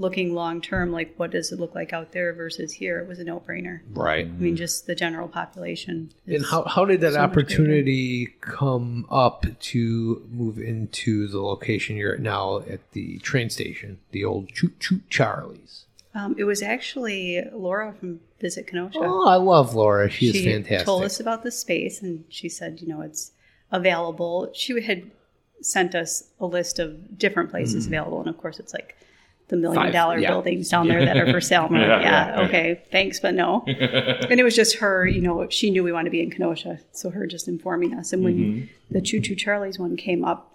C: looking long term, like what does it look like out there versus here, it was a no brainer.
A: Right.
C: I mean, just the general population.
A: And
C: is-
A: how, how did that
C: so much
A: opportunity come up to move into the location you're at now at the train station, the old Choot Choot Charlie's?
C: um, it was actually Laura from Visit Kenosha.
A: Oh, I love Laura. She, is
C: she
A: fantastic.
C: told us about the space and she said, you know, it's available. She had sent us a list of different places available. And of course, it's like the million
A: Hmm. Five,
C: dollar
A: yeah.
C: buildings down there that are for sale. And we're
B: Yeah,
C: like, yeah,
B: yeah,
C: okay, thanks, but no. and it was just her, you know, she knew we wanted to be in Kenosha. So her just informing us. And when
A: Mm-hmm.
C: the Choo Choo Charlie's one came up,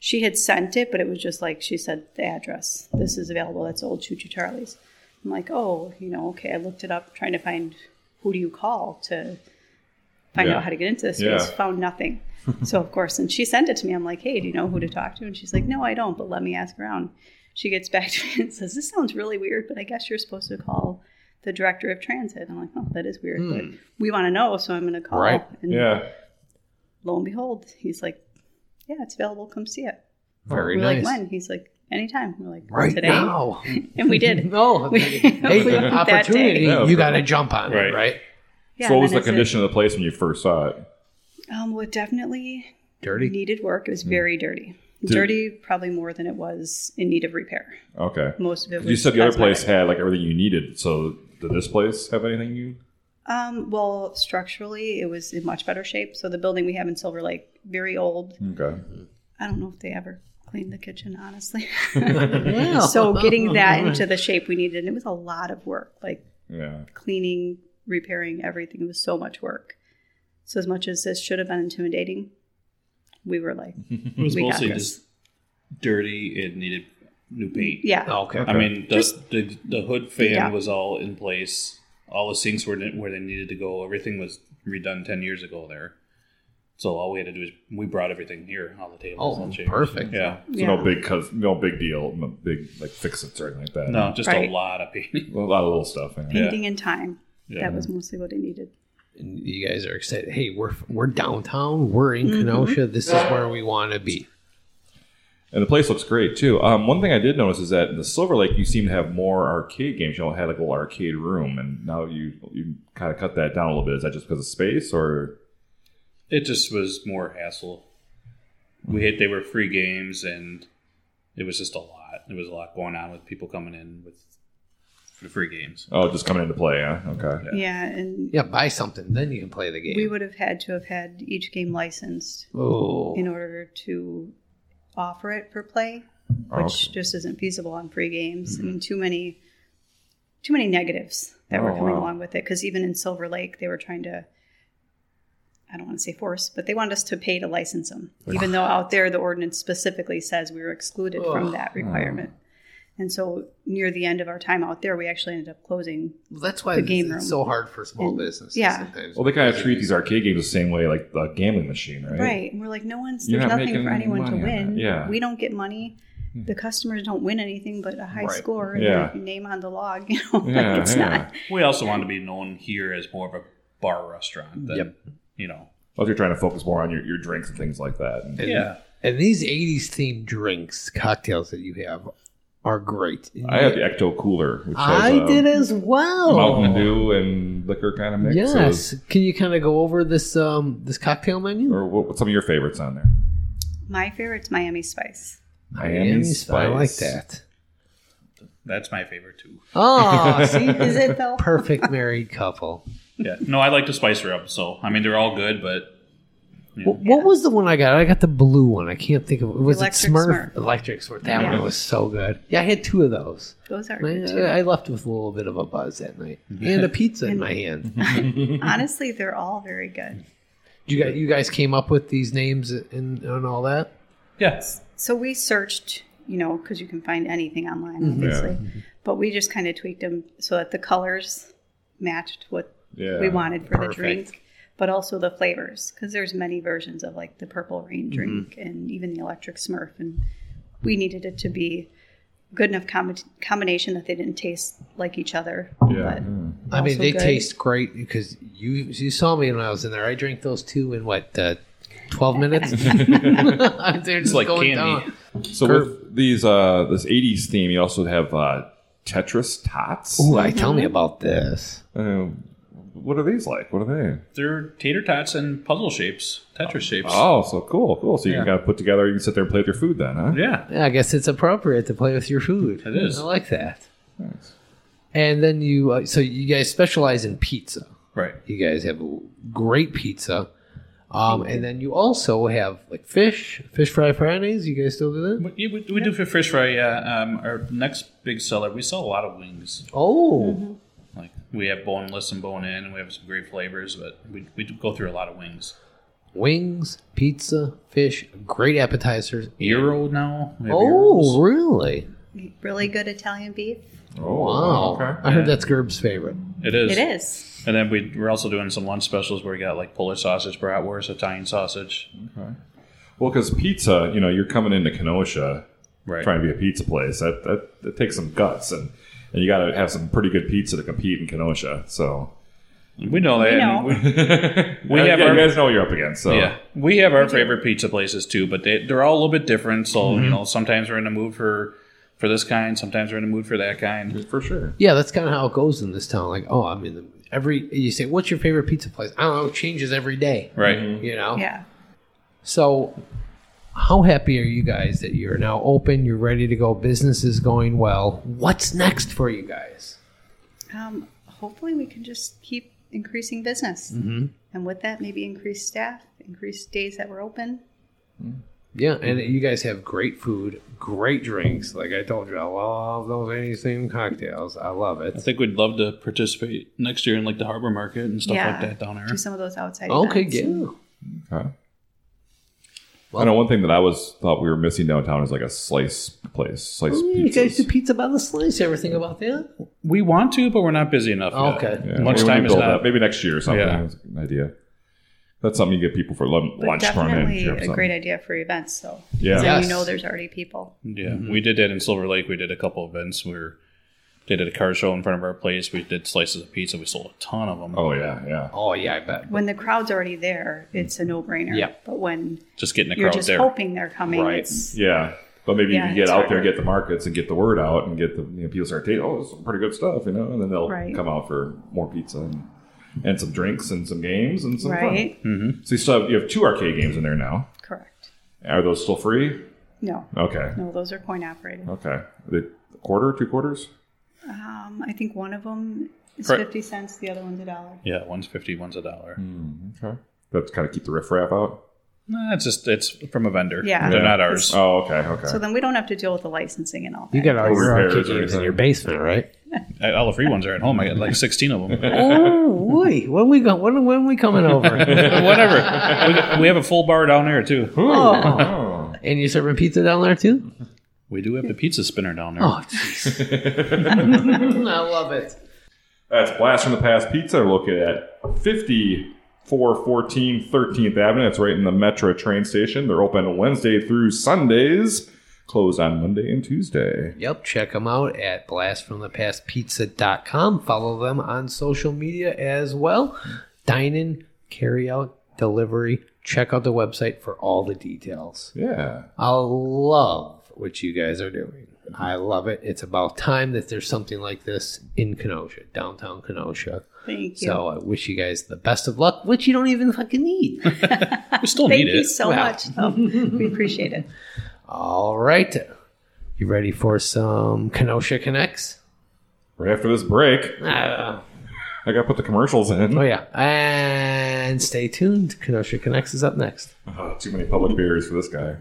C: she had sent it, but it was just like she said the address. This is available. That's old Choo Choo Charlie's. I'm like, oh, you know, okay. I looked it up, trying to find who do you call to find
B: Yeah.
C: out how to get into this
B: Yeah.
C: space. Found nothing. so of course, and she sent it to me. I'm like, hey, do you know who to talk to? And she's like, no, I don't, but let me ask around. She gets back to me and says, this sounds really weird, but I guess you're supposed to call the director of transit. I'm like, oh, that is weird, but we want to know, so I'm going to call.
A: Right.
C: And
B: Hmm. Yeah.
C: lo and behold, he's like, yeah, it's available. Come see it.
A: Very
C: We're
A: nice.
C: like, when? He's like, anytime. We're like,
A: right
C: today.
A: now.
C: And we did.
A: No,
C: We-
A: hey,
C: that
A: opportunity.
C: day.
B: Yeah,
A: you
B: of
A: got to
B: course.
A: jump on it,
D: Right.
A: right?
C: Yeah,
B: so what
C: and
B: was
C: then
B: the
C: I said,
B: condition of the place when you first saw it?
C: Um, well, it definitely
A: Dirty.
C: needed work. It
B: Mm.
C: was very dirty. Dirty, probably more than it was in need of repair.
B: Okay.
C: Most of it was.
B: You said the other place
C: cosmetic.
B: had like everything you needed. So did this place have anything you?
C: Um, well, structurally, it was in much better shape. So the building we have in Silver Lake, very old.
B: Okay.
C: I don't know if they ever cleaned the kitchen, honestly.
A: Yeah.
C: so getting that into the shape we needed, and it was a lot of work. Like
B: Yeah.
C: cleaning, repairing everything. It was so much work. So as much as this should have been intimidating, we were like,
D: It was
C: We got
D: mostly
C: this.
D: just dirty. It needed new paint.
C: yeah,
A: Oh, okay.
D: I mean, the, the the hood fan
C: Yeah.
D: was all in place. All the sinks were where they needed to go. Everything was redone ten years ago there. So all we had to do is we brought everything here on the tables.
A: Oh,
D: all chairs.
A: perfect.
D: Yeah.
B: So
C: yeah.
B: no big cause, no big deal, no big like fix it or anything like that.
D: No, just
C: Right.
D: a lot of painting.
B: A lot of little stuff. yeah.
C: painting in time.
D: Yeah.
C: That was mostly what it needed.
A: And you guys are excited. Hey, we're we're downtown. We're
C: Mm-hmm.
A: in Kenosha. This is where we want to be.
B: And the place looks great too. Um, one thing I did notice is that in the Silver Lake, you seem to have more arcade games. You all had like a little arcade room, and now you you kind of cut that down a little bit. Is that just because of space, or
D: It just was more hassle. We had they were free games and it was just a lot. There was a lot going on with people coming in with for the free games.
B: oh, just coming into play? Yeah, okay.
D: Yeah.
C: Yeah, and
A: Yeah, buy something, then you can play the game.
C: we would have had to have had each game licensed
A: oh,
C: in order to offer it for play,
B: Oh,
C: which just isn't feasible on free games. I mean, too many, too many negatives that were
B: Oh,
C: coming
B: wow.
C: along with it. Because even in Silver Lake, they were trying to, I don't want to say force, but they wanted us to pay to license them, even though out there the ordinance specifically says we were excluded
A: Ugh.
C: from that requirement.
B: Mm.
C: And so near the end of our time out there, we actually ended up closing.
A: that's why
C: the
A: it's,
C: game
A: it's
C: room.
A: so hard for small businesses.
C: yeah.
A: sometimes.
B: Well, they kind of treat these arcade games the same way, like a gambling machine, right?
C: Right. And we're like, no one's,
B: You're
C: there's
B: not
C: nothing
B: making
C: for anyone to
B: money on
C: win.
B: it. Yeah. Hmm.
C: We don't get money. The customers don't win anything but a high
A: Right.
C: score and
B: Yeah.
C: their name on the log. You know, like,
B: Yeah,
C: it's
B: yeah.
C: not.
D: We also wanted to be known here as more of a bar restaurant than
A: Yep.
D: you know.
B: Well, you're trying to focus more on your, your drinks and things like that. And-
D: Yeah.
A: And these '80s themed drinks, cocktails that you have, are great.
B: I had the Ecto Cooler, which
A: I
B: has, uh,
A: did as well.
B: Mountain Dew and liquor kind of mix. so-
A: Yes. Can you kind of go over this um this cocktail menu?
B: or what, what's some of your favorites on there?
C: My favorite's Miami Spice.
B: Miami
A: I like
B: Spice.
A: that.
D: That's my favorite too.
A: Oh, see,
C: Is it though?
A: perfect married couple?
D: Yeah. No, I like the spice rub, so I mean they're all good, but
A: Wh- What was the one I got? I got the blue one. I can't think of it. Was
C: Electric
A: it Smurf?
C: Smurf.
A: Electric Smurf. That
C: Yeah.
A: one was so good. Yeah, I had two of those.
C: Those are
A: I,
C: good too. Mm-hmm.
A: I left with a little bit of a buzz that night and a pizza in my hand.
C: Honestly, they're all very good.
A: You guys, you guys came up with these names and, and all that.
D: yes.
C: So we searched, you know, because you can find anything online, obviously. But we just kind of tweaked them so that the colors matched what
B: Yeah.
C: we wanted for
A: Perfect.
C: the drink, but also the flavors, because there's many versions of like the Purple Rain drink and even the Electric Smurf, and we needed it to be good enough com- combination that they didn't taste like each other.
B: Yeah.
C: But
B: Mm.
A: I mean,
C: also
A: they
C: good.
A: taste great because you you saw me when I was in there. I drank those two in what uh, twelve minutes. They're just
D: like
A: going
D: candy.
A: down.
B: So with these uh, this '80s theme, you also have uh, Tetris tots.
A: Ooh, I tell me about this.
B: Uh, what are these like? What are they?
D: They're tater tots and puzzle shapes, Tetris shapes.
B: Oh, so cool, cool. So you can
D: Yeah.
B: kind of put together. You can sit there and play with your food then, huh?
D: Yeah.
A: Yeah, I guess it's appropriate to play with your food.
D: It is.
A: I like that.
B: Nice.
A: And then you, uh, so you guys specialize in pizza.
D: Right.
A: You guys have a great pizza. Um, and then you also have like fish, fish fry Fridays. You guys still do that?
D: We, we, we do for fish fry. Uh, um, our next big seller. We sell a lot of wings.
A: Oh,
D: Like we have boneless and bone in. and We have some great flavors, but we we do go through a lot of wings.
A: wings, pizza, fish, great appetizers.
D: Euro now. We have
A: Oh,
D: gyros.
A: really?
C: Really good Italian beef.
B: Oh,
A: Wow.
B: Okay.
A: I heard that's Gerb's favorite.
D: it is.
C: It is.
D: And then we we're also doing some lunch specials where we got like Polish sausage, bratwurst, Italian sausage.
B: Well, because pizza, you know, you're coming into Kenosha
D: Right.
B: trying to be a pizza place. That that, that takes some guts, and and you got to have some pretty good pizza to compete in Kenosha. So
D: We know that.
C: You
D: and
C: know,
D: We
B: Yeah,
D: have
B: yeah,
D: our-
B: you guys know what you're up against. So
D: we- yeah, we have our favorite pizza places too, but they, they're all a little bit different. So
B: Mm-hmm.
D: you know, sometimes we're in the mood for for this kind, sometimes we're in the mood for that kind.
B: for sure.
A: Yeah, that's kind of how it goes in this town. Like, oh, I mean, every you say, what's your favorite pizza place? I don't know. It changes every day.
D: Right.
B: Mm-hmm.
A: You know.
C: yeah.
A: So, how happy are you guys that you're now open? You're ready to go. Business is going well. What's next for you guys?
C: Um, hopefully, we can just keep increasing business, mm-hmm. and with that, maybe increase staff, increase days that we're open.
A: Yeah, and you guys have great food, great drinks. Like I told you, I love those anything cocktails. I love
D: I
A: it.
D: think we'd love to participate next year in like the harbor market and stuff
C: Yeah.
D: like that down there.
C: Do some of those outside.
A: Okay,
C: events.
A: yeah.
B: Okay.
A: Well-
B: I know one thing that I was thought we were missing downtown is like a slice place, slice
A: Ooh, Oh, Mm, you guys do
B: pizzas.
A: pizza by the slice. Everything about that?
D: We want to, but we're not busy enough.
A: Okay. Yeah,
B: Yeah,
D: Much
B: maybe we
D: time
B: can
D: is
B: build
D: not.
B: that. Maybe next year or something.
D: Yeah.
B: That's an idea. That's something you get people for lun-
C: But
B: lunch. run in,
C: definitely
B: grab
C: a
B: something.
C: great idea for events, though.
B: Yeah.
C: So
A: Yes.
C: you know there's already people.
D: Yeah, we did that in Silver Lake. We did a couple events. We were, they did a car show in front of our place. We did slices of pizza. We sold a ton of them.
B: Oh yeah, yeah.
A: Oh yeah, I bet.
C: When the crowd's already there, it's a no-brainer.
A: Mm-hmm. Yeah.
C: But when
D: Just getting the
C: you're
D: crowd
C: just
D: there.
C: hoping they're coming,
A: Right.
C: it's
B: Yeah. But maybe
C: Yeah,
B: you can get
C: it's
B: out there,
C: harder.
B: get the markets, and get the word out, and get the you know, people start taking, oh, this is some pretty good stuff, you know, and then they'll
C: Right.
B: come out for more pizza and, and some drinks and some games and some
C: right. Mm-hmm.
B: fun. So you still have, you have two arcade games in there now.
C: Correct.
B: Are those still free?
C: No,
B: Okay,
C: no, those are coin operated.
B: okay. The quarter, two quarters.
C: Um, I think one of them is
D: Correct.
C: fifty cents. The other one's a dollar.
D: Yeah, one's fifty, one's a dollar.
B: Mm. Okay, that's kind of keep the riffraff out.
D: No, it's just it's from a vendor.
C: Yeah.
D: they're
B: Yeah.
D: not ours.
B: Oh, okay, okay.
C: So then we don't have to deal with the licensing and all. That.
A: You got all
B: Over
A: your
B: repairs
A: arcade
B: or
A: games in
B: anything.
A: your basement, right?
D: I- All the free ones are at home. I got like sixteen of them.
A: oh boy, when we go, when when we coming over?
D: Whatever. We, got- we have a full bar down there too.
A: oh.
B: oh,
A: And you serving pizza down there too?
D: We do have the pizza spinner down there.
A: Oh, jeez. I love it.
B: that's blast from the past pizza. They're located at fifty. 414 13th Avenue. That's right in the Metro train station. They're open Wednesday through Sundays, closed on Monday and Tuesday.
A: Yep, check them out at blastfromthepastpizza.com. Follow them on social media as well. Dine in, carry out, delivery. Check out the website for all the details.
B: Yeah.
A: I love what you guys are doing. I love it. It's about time that there's something like this in Kenosha, downtown Kenosha.
C: Thank you.
A: So I wish you guys the best of luck, which you don't even fucking need.
D: We still
C: Thank
D: need
C: you
D: it.
C: so
A: Wow.
C: much. Though. we appreciate it.
A: all right. You ready for some Kenosha Connects?
B: Right after this break,
A: Ah.
B: I gotta put the commercials in.
A: Oh yeah, and stay tuned. Kenosha Connects is up next.
B: Ah, too many public beers for this guy.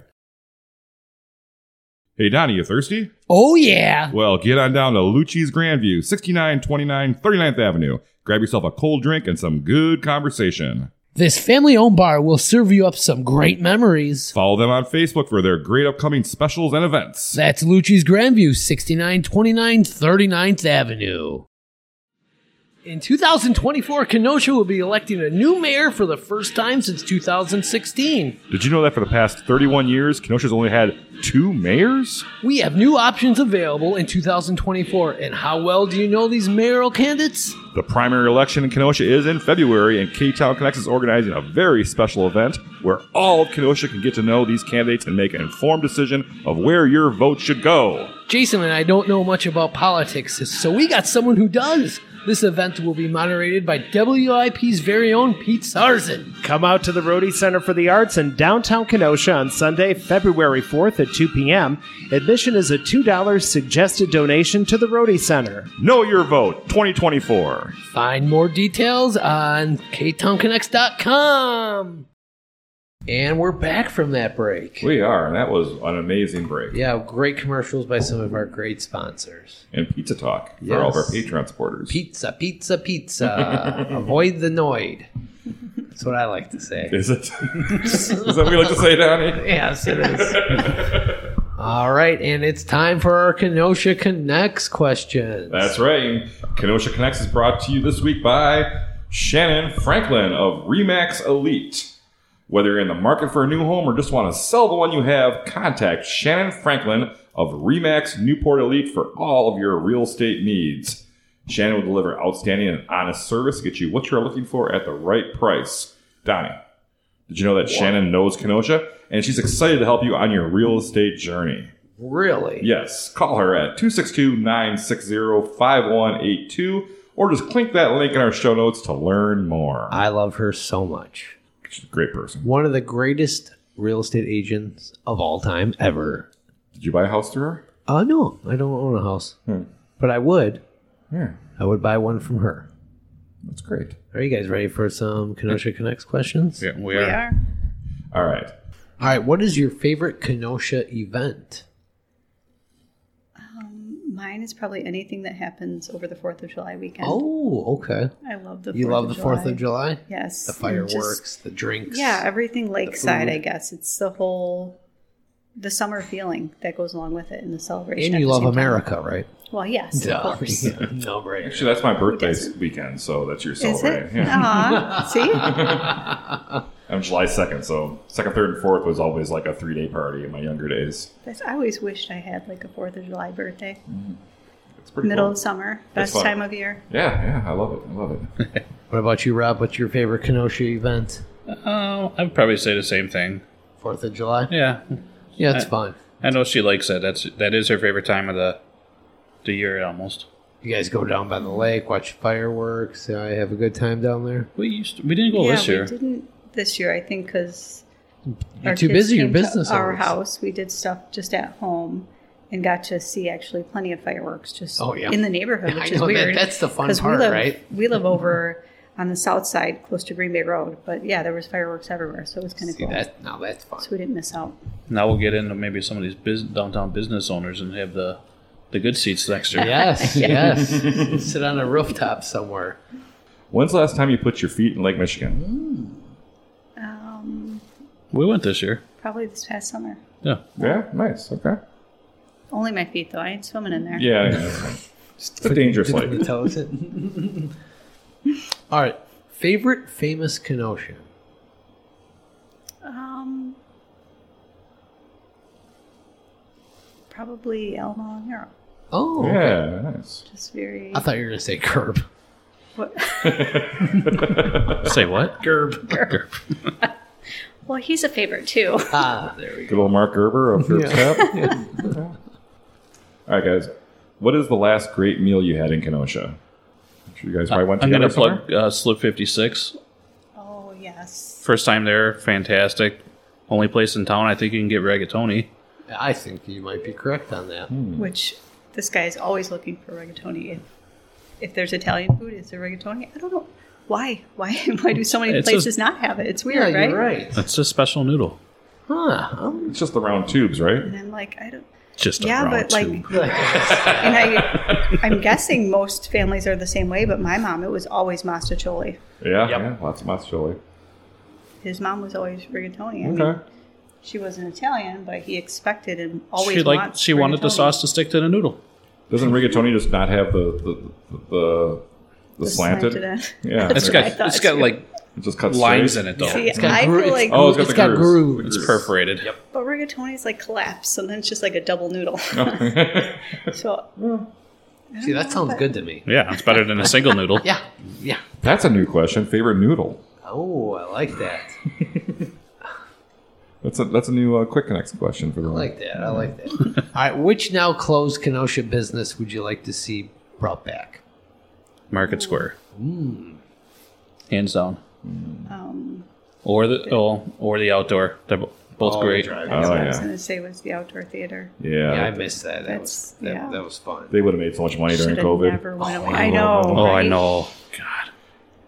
B: Hey Donnie, you thirsty?
A: Oh yeah,
B: Well, get on down to Lucci's Grandview, 6929 39th Avenue. Grab yourself a cold drink and some good conversation.
A: this family-owned bar will serve you up some great memories.
B: Follow them on Facebook for their great upcoming specials and events.
A: That's Lucci's Grandview, 6929 39th Avenue. In 2024, Kenosha will be electing a new mayor for the first time since 2016.
B: Did you know that for the past 31 years, Kenosha's only had two mayors?
A: We have new options available in 2024, and how well do you know these mayoral candidates?
B: The primary election in Kenosha is in February, and K Town Connects is organizing a very special event where all of Kenosha can get to know these candidates and make an informed decision of where your vote should go.
A: Jason and I don't know much about politics, so we got someone who does. This event will be moderated by WIP's very own Pete Sarzen.
E: Come out to the Rhodey Center for the Arts in downtown Kenosha on Sunday, February 4th at 2 p.m. Admission is a $2 suggested donation to the Rhodey Center.
B: Know your vote 2024.
A: Find more details on ktownconnects.com. And we're back from that break.
B: We are, and that was an amazing break.
A: Yeah, great commercials by some of our great sponsors.
B: And Pizza Talk for all of our
A: Yes.
B: Patreon supporters.
A: Pizza, pizza, pizza. Avoid the noid. That's what I like to say.
B: Is it? Is that what we like to say, Donnie?
A: Yes, it is. All right, and it's time for our Kenosha Connects questions.
B: That's right. And Kenosha Connects is brought to you this week by Shannon Franklin of Remax Elite. Whether you're in the market for a new home or just want to sell the one you have, contact Shannon Franklin of Remax Newport Elite for all of your real estate needs. Shannon will deliver outstanding and honest service, to get you what you're looking for at the right price. Donnie, did you know that Shannon knows Kenosha? And she's excited to help you on your real estate journey.
A: really
B: Yes, call her at 262 960 5182 or just click that link in our show notes to learn more.
A: I love her so much.
B: She's a great person.
A: One of the greatest real estate agents of all time ever.
B: Did you buy a house through her?
A: Uh no, I don't own a house. But I would.
B: Yeah,
A: I would buy one from her.
B: that's great.
A: Are you guys ready for some Kenosha Connects questions?
D: Yeah, we,
C: We
D: are.
C: are.
B: All right.
A: All right, what is your favorite Kenosha event?
C: Mine is probably anything that happens over the Fourth of July weekend.
A: Oh, okay.
C: I love the.
A: You
C: 4th
A: love
C: of
A: the 4th of July?
C: Yes.
A: The
C: and just-
A: fireworks, the drinks.
C: yeah, everything lakeside.
A: food.
C: I guess it's the whole, the summer feeling that goes along with it and the celebration.
A: And
C: at
A: you
C: the
A: love
C: same time.
A: America, right?
C: Well, yes,
A: Duh.
C: of course.
A: Yeah, no brainer.
B: Actually, that's my birthday weekend, so that's your
C: Is it?
B: celebrating. Yeah.
C: Aw, see,
B: I'm July 2nd, so 2nd, 3rd, and 4th was always like a three day party in my younger days.
C: That's, I always wished I had like a Fourth of July birthday,
B: It's pretty
C: middle
B: cool.
C: of summer,
B: That's
C: best
B: fun.
C: time of year.
B: Yeah, yeah, I love it. I love it.
A: What about you, Rob? What's your favorite Kenosha event?
D: Uh, I would probably say the same thing.
A: Fourth of July?
D: Yeah,
A: Yeah, it's fun.
D: I know she likes that. That's that is her favorite time of the the year almost.
A: You guys go down by the lake, watch fireworks. I have a good time down there.
D: We used to, we didn't go
A: Oh,
C: yeah,
D: this year.
C: we didn't this year. I think because
A: You're too busy. Your business.
C: our
A: hours.
C: house. We did stuff just at home and got to see actually plenty of fireworks just
A: Oh, yeah.
C: in the neighborhood,
A: I
C: which is
A: know, that-
C: weird.
A: that's the fun
C: 'Cause
A: part,
C: we live,
A: right?
C: We live over on the south side, close to Green Bay Road, but yeah, there was fireworks everywhere, so it was kind of
A: See
C: cool.
A: that? Now that's fun.
C: So we didn't miss out.
D: Now we'll get into maybe some of these bus downtown business owners and have the the good seats next year.
A: Yes, yes. Sit on a rooftop somewhere.
B: When's the last time you put your feet in Lake Michigan?
C: Um,
D: We went this year.
C: probably this past summer.
D: Yeah,
B: Yeah, nice. Okay.
C: Only my feet though. I ain't swimming in there.
B: Yeah, yeah, that's fine. It's a dangerous
A: Dip in
B: lake.
A: the toes. All right. Favorite famous Kenosha.
C: Um, probably Elmo and Hero.
A: Oh, okay.
B: Yeah, nice.
C: Just very.
A: I thought you were gonna say curb.
C: what-
D: say what?
A: Curb.
C: well, he's a favorite too.
D: Uh,
A: Ah, there we go.
B: Good old Mark Gerber of Gerber's
A: Yeah.
B: Tap. All right, guys. What is the last great meal you had in Kenosha? I'm sure you guys probably went
D: I'm
B: together
D: gonna
B: somewhere.
D: plug uh, Slip Fifty Six.
C: oh yes.
D: First time there, fantastic. Only place in town I think you can get rigatoni.
A: I think you might be correct on that.
C: Hmm.
D: hmm.
C: Which this guy is always looking for rigatoni. If if there's Italian food, is there rigatoni? I don't know why. Why why do so many
D: It's
C: places
D: just-
C: not have it? It's
A: Yeah,
C: weird, right?
A: you're right.
D: That's a special noodle.
A: Huh.
B: It's just the round tubes, right?
C: And I'm like, I don't.
D: Just a
C: yeah,
D: raw
C: but
D: tube.
C: like, and I, I'm guessing most families are the same way. But my mom, it was always masticholi.
B: Yeah, yeah. Lots of masticholi.
C: His mom was always rigatoni. I mean,
B: Okay.
C: she wasn't Italian, but he expected and always
D: she like
C: wants
D: she wanted the
C: rigatoni.
D: sauce to stick to the noodle.
B: Doesn't rigatoni just not have the the the, the, the
C: The
B: slanted?
C: slanted end.
B: Yeah,
D: It's
B: there-
D: got
C: I thought
D: it's got
C: too.
D: like
B: it just cuts
D: lines
B: straight.
D: in it though.
C: See,
A: got
C: I
A: gro-
C: feel like,
B: Oh, it's got
A: It's
B: the
A: got
B: grooves.
A: grooves.
D: It's perforated. Yep.
C: but rigatoni's like collapsed, and then it's just like a double noodle. so
A: See, that sounds good to me.
D: Yeah, it's better than a single noodle.
A: Yeah. Yeah.
B: That's a new question. Favorite noodle?
A: Oh, I like that.
B: That's a that's a new uh, quick connects question for the
A: I like that. I like that. All right. Which now closed Kenosha business would you like to see brought back?
D: Market Square. Hmm. Hands down.
C: Um,
D: Or the oh, or the outdoor. They're bo- both great.
C: that's
B: Oh,
C: what I was
B: yeah.
C: going to say was the outdoor theater.
B: Yeah,
A: Yeah, I missed that. That was
C: That's-
A: that,
C: yeah.
A: that was fun.
B: they would have made so much money during
C: Should've
B: COVID,
C: never went away.
B: Oh,
C: I know.
D: Oh, I
C: right?
D: know. God,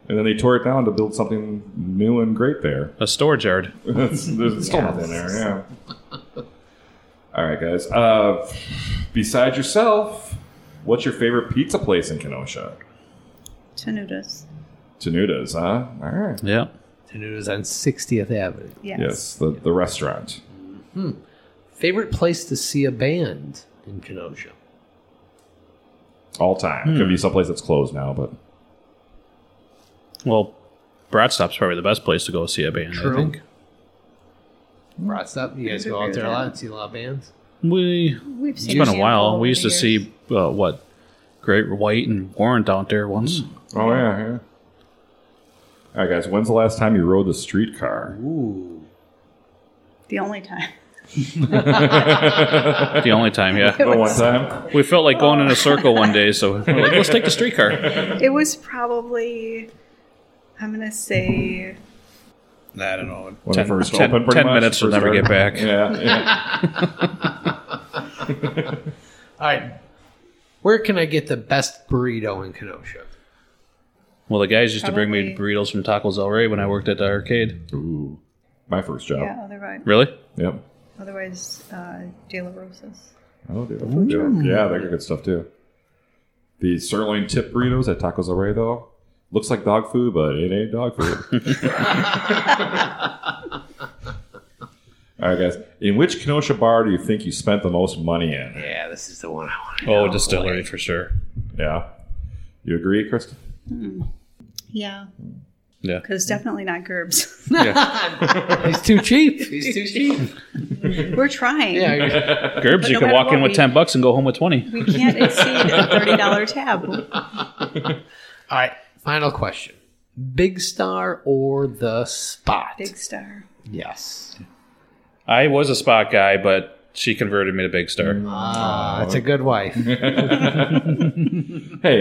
B: and then they tore it down to build something new and great there.
D: a storage yard.
B: That's, there's still nothing there. Yeah. All right, guys. Uh, besides yourself, what's your favorite pizza place in Kenosha?
C: Tanudas.
B: Tenuda's, huh? All right.
D: Yeah.
A: And it was on 60th Avenue.
C: Yes.
B: Yes, the, the restaurant.
A: Favorite place to see a band in Kenosha?
B: All time. Could
D: Hmm.
B: be someplace that's closed now, but
D: Well, Bradstop's probably the best place to go see a band. I think.
C: Hmm.
A: Brought up. You guys go out there a lot and see a lot of bands.
D: We
C: We've
D: it's been a while. We used to see uh, what Great White and Warren out there once.
C: Hmm.
B: oh yeah, yeah. All right, guys. When's the last time you rode the streetcar?
A: Ooh.
C: the only time.
D: The only time, yeah.
B: The one time.
D: We felt like going in a circle one day, so we're like, let's take the streetcar.
C: It was probably, I'm going to say,
D: I don't know.
B: When
D: Ten,
B: it first
D: ten-
B: opened, pretty
D: ten
B: much,
D: minutes will
B: first
D: never get
B: started.
D: back.
B: Yeah, yeah.
A: All right. Where can I get the best burrito in Kenosha?
D: Well, the guys used to bring me
C: Probably-
D: burritos from Tacos El Rey when I worked at the arcade.
B: Ooh, my first job.
C: yeah, otherwise,
D: Really?
B: Yep.
C: otherwise uh, De La Rosa's.
B: Oh, dude, that's good. Yeah, they got good stuff too. The sirloin tip burritos at Tacos El Rey, though, looks like dog food, but it ain't dog food. All right, guys. In which Kenosha bar do you think you spent the most money in?
A: Yeah, this is the one I want.
D: Oh, distillery for sure.
B: Yeah. You agree, Kristen?
C: Yeah.
D: Yeah.
C: Because definitely not Gerbs.
A: He's too cheap. He's too cheap.
C: We're trying.
A: Yeah.
D: Gerbs, you
C: no
D: could
C: matter
D: walk in
C: what,
D: with
C: we-
D: 10 bucks and go home with 20.
C: We can't exceed a $30 tab.
A: All right. Final question. Big Star or the Spot?
C: Big star.
A: Yes.
D: I was a spot guy, but she converted me to Big Star.
C: Mm.
A: Ah, that's a good wife.
B: Hey,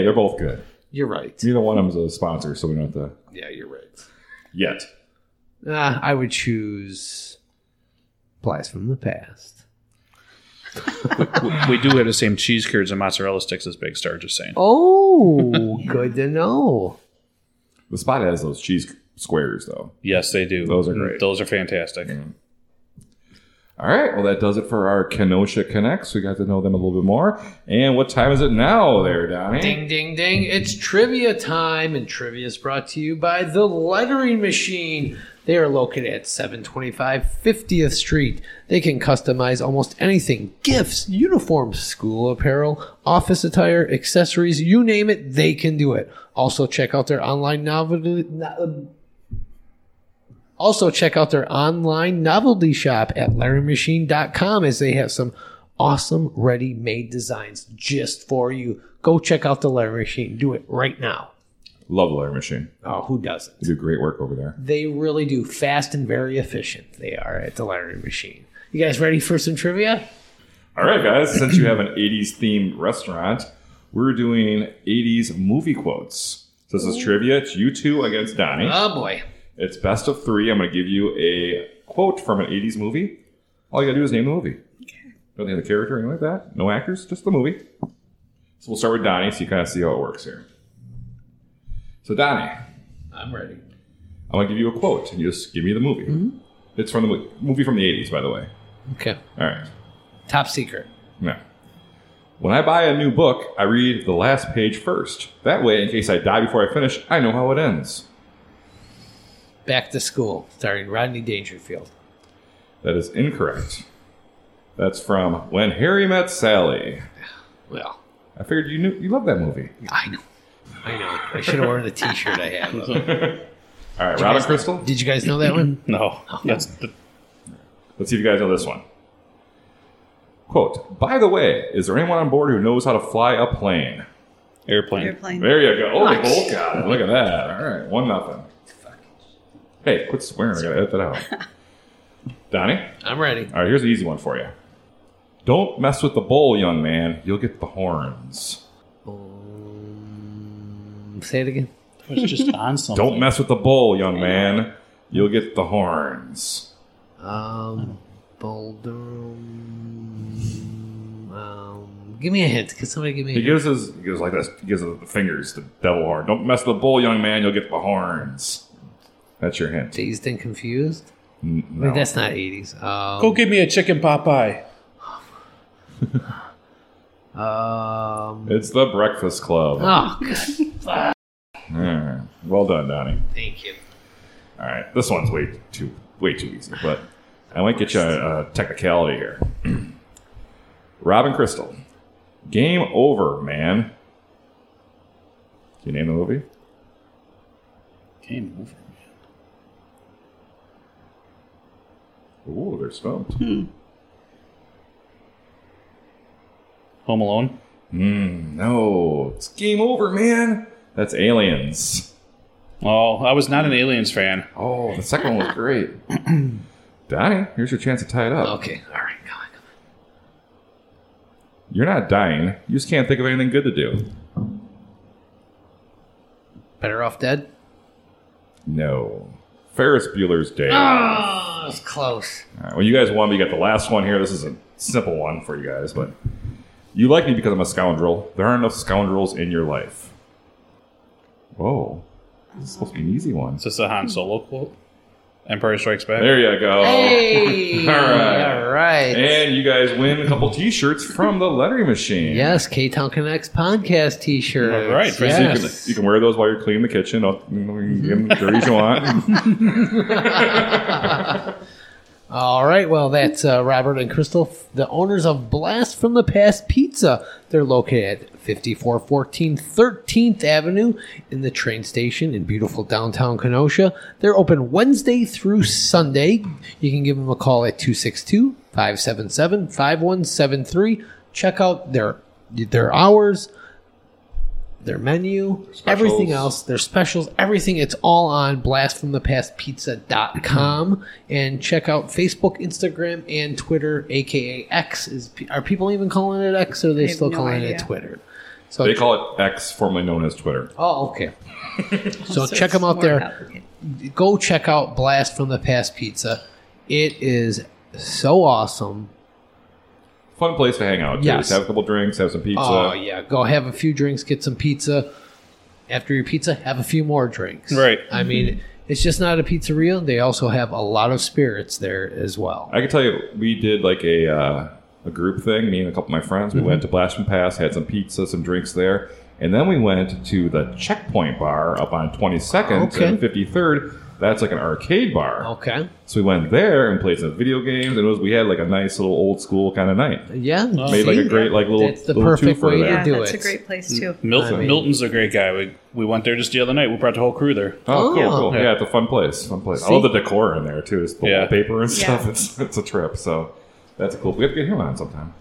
B: they're both good.
A: You're right.
B: Neither one of them's a sponsor, so we don't have to
A: Yeah, you're right.
B: yet.
A: Uh, I would choose Blast from the Past.
D: We do have the same cheese curds and mozzarella sticks as Big Star, just saying.
A: Oh, good to know.
B: The spot has those cheese squares, though.
D: Yes, they do. Mm.
B: Those are great.
D: Those are fantastic.
B: All right. Well, that does it for our Kenosha Connects. We got to know them a little bit more. And what time is it now, there, Donnie?
A: Ding, ding, ding. It's trivia time, and trivia is brought to you by The Lettering Machine. They are located at 725 50th Street. They can customize almost anything gifts, uniforms, school apparel, office attire, accessories you name it, they can do it. Also, check out their online novelty. no- Also, check out their online novelty shop at LarryMachine.com as they have some awesome ready made designs just for you. Go check out the Larry Machine. Do it right now.
B: Love the Larry Machine.
A: Oh, who doesn't?
B: They do great work over there.
A: They really do. Fast and very efficient, they are at the Larry Machine. You guys ready for some trivia?
B: All right, guys. Since you have an 80s themed restaurant, we're doing 80s movie quotes. So this is trivia. It's you two against Donnie.
A: Oh, boy.
B: It's best of three. I'm going to give you a quote from an 80s movie. All you got to do is name the movie. Don't name the character or anything like that. No actors, just the movie. So we'll start with Donnie so you kind of see how it works here. So, Donnie,
A: I'm ready. Mm-hmm.
B: I'm going to give you a quote and you just give me the movie. It's from the mo- movie from the 80s, by the way.
A: Okay.
B: All right.
A: Top secret.
B: No. When I buy a new book, I read the last page first. That way, in case I die before I finish, I know how it ends.
A: Back to school, starring Rodney Dangerfield.
B: That is incorrect. That's from When Harry Met Sally.
A: Well,
B: I figured you knew you love that movie.
A: I know. I know. I should have worn the t shirt I have. Did you
B: All right, Robin
A: guys-
B: Crystal.
A: Did you guys know that one?
D: No. That's the,
B: Let's see if you guys know this one. Quote, by the way, is there anyone on board who knows how to fly a plane?
D: airplane.
C: Airplane.
B: There you go. Oh, they
A: Nice.
B: both got it. Look at that. All right, one nothing. Hey, quit swearing. I gotta edit that out. Donnie?
A: I'm ready.
B: All right, here's an easy one for you. Don't mess with the bull, young man. You'll get the horns.
A: Say it again.
D: It's just on something.
B: Don't mess with the bull, young man. You'll get the horns.
A: Um, Boulder. Um, give me a hint. Could somebody give me a
B: He
A: hint?
B: gives his he gives like this. He gives the fingers the devil horn. Don't mess with the bull, young man. You'll get the horns. That's your hint.
A: Dazed and confused.
B: N-
A: Wait,
B: no.
A: that's not 80s. Um,
D: Go give me a chicken Popeye.
A: um,
B: It's the Breakfast Club.
A: oh, God,
B: All right. Well done, Donnie.
A: thank you.
B: All right, this one's way too way too easy, but I might get you a, a technicality here. Robin Crystal, game over, man. Can you name the movie?
D: Game over.
B: Ooh, they're stumped.
D: Home Alone.
B: Mm, no, it's game over, man. That's Aliens.
D: Oh, I was not an Aliens fan.
B: Oh, the second one was great. Donnie, here's your chance to tie it up.
A: Okay, all right, come on, come
B: You're not dying. You just can't think of anything good to do.
A: on. Better off dead.
B: No. Ferris Bueller's Day.
A: Oh, it's close.
B: All right, well, you guys won, but you got the last one here. This is a simple one for you guys, but you like me because I'm a scoundrel. There aren't enough scoundrels in your life. Whoa. This is supposed to be an easy one.
D: Is this a Han Solo quote? Empire Strikes Back.
B: There you go.
A: Hey,
B: Oh. All right.
A: all right.
B: And you guys win a couple t shirts from the lettering machine.
A: Yes, K Town Connects podcast t shirt.
D: All right, for
B: So you, can,
A: Yes.
B: you can wear those while you're cleaning the kitchen. I'll- You can get them dirty as you want.
A: All right, well, that's uh, Robert and Crystal, f- the owners of Blast from the Past Pizza. They're located at 5414 13th Avenue in the train station in beautiful downtown Kenosha. They're open Wednesday through Sunday. You can give them a call at 262 577 5173. Check out their their hours, their menu, everything else, their specials, everything. It's all on blastfromthepastpizza.com. And check out Facebook, Instagram, and Twitter, aka X. Is are people even calling it X or are they
C: I have
A: still
C: no
A: calling it
C: idea.
A: Twitter? So
B: they call it X, formerly known as Twitter.
A: Oh, okay. so,
C: So
A: check
C: it's
A: them out
C: more
A: there
C: complicated.
A: go check out Blast from the Past Pizza. It is so awesome.
B: Fun place to hang out. too.
A: Yes.
B: Just have a couple drinks, have some pizza.
A: Oh yeah, go have a few drinks, get some pizza. After your pizza, have a few more drinks.
D: Right.
A: I mean, it's just not a pizzeria. They also have a lot of spirits there as well.
B: I can tell you, we did like a uh, a group thing. Me and a couple of my friends. We
A: Mm-hmm.
B: went to Blast and Pass, had some pizza, some drinks there, and then we went to the Checkpoint Bar up on 22nd
A: Okay. Oh.
B: and 53rd. That's like an arcade bar.
A: Okay.
B: So we went there and played some video games, and it was we had like a nice little old school kind of night.
A: Yeah.
B: Made like
A: Oh, see?
B: a great like little
A: That's the
B: little
A: perfect
B: twofer
A: way to
B: there.
C: Yeah,
A: do
C: that's
A: it.
C: a great
D: Mm.
C: place too.
D: Milton,
A: I mean-
D: Milton's a great guy. We we went there just the other night. We brought the whole crew there.
B: Oh, cool,
A: Oh.
B: cool. Yeah.
D: Yeah.
B: it's a fun place. Fun place. I
A: See?
B: love the decor in there too. It's the
D: Yeah.
B: wallpaper and
C: Yeah.
B: stuff. It's it's a trip. So that's cool. We have to get him on sometime.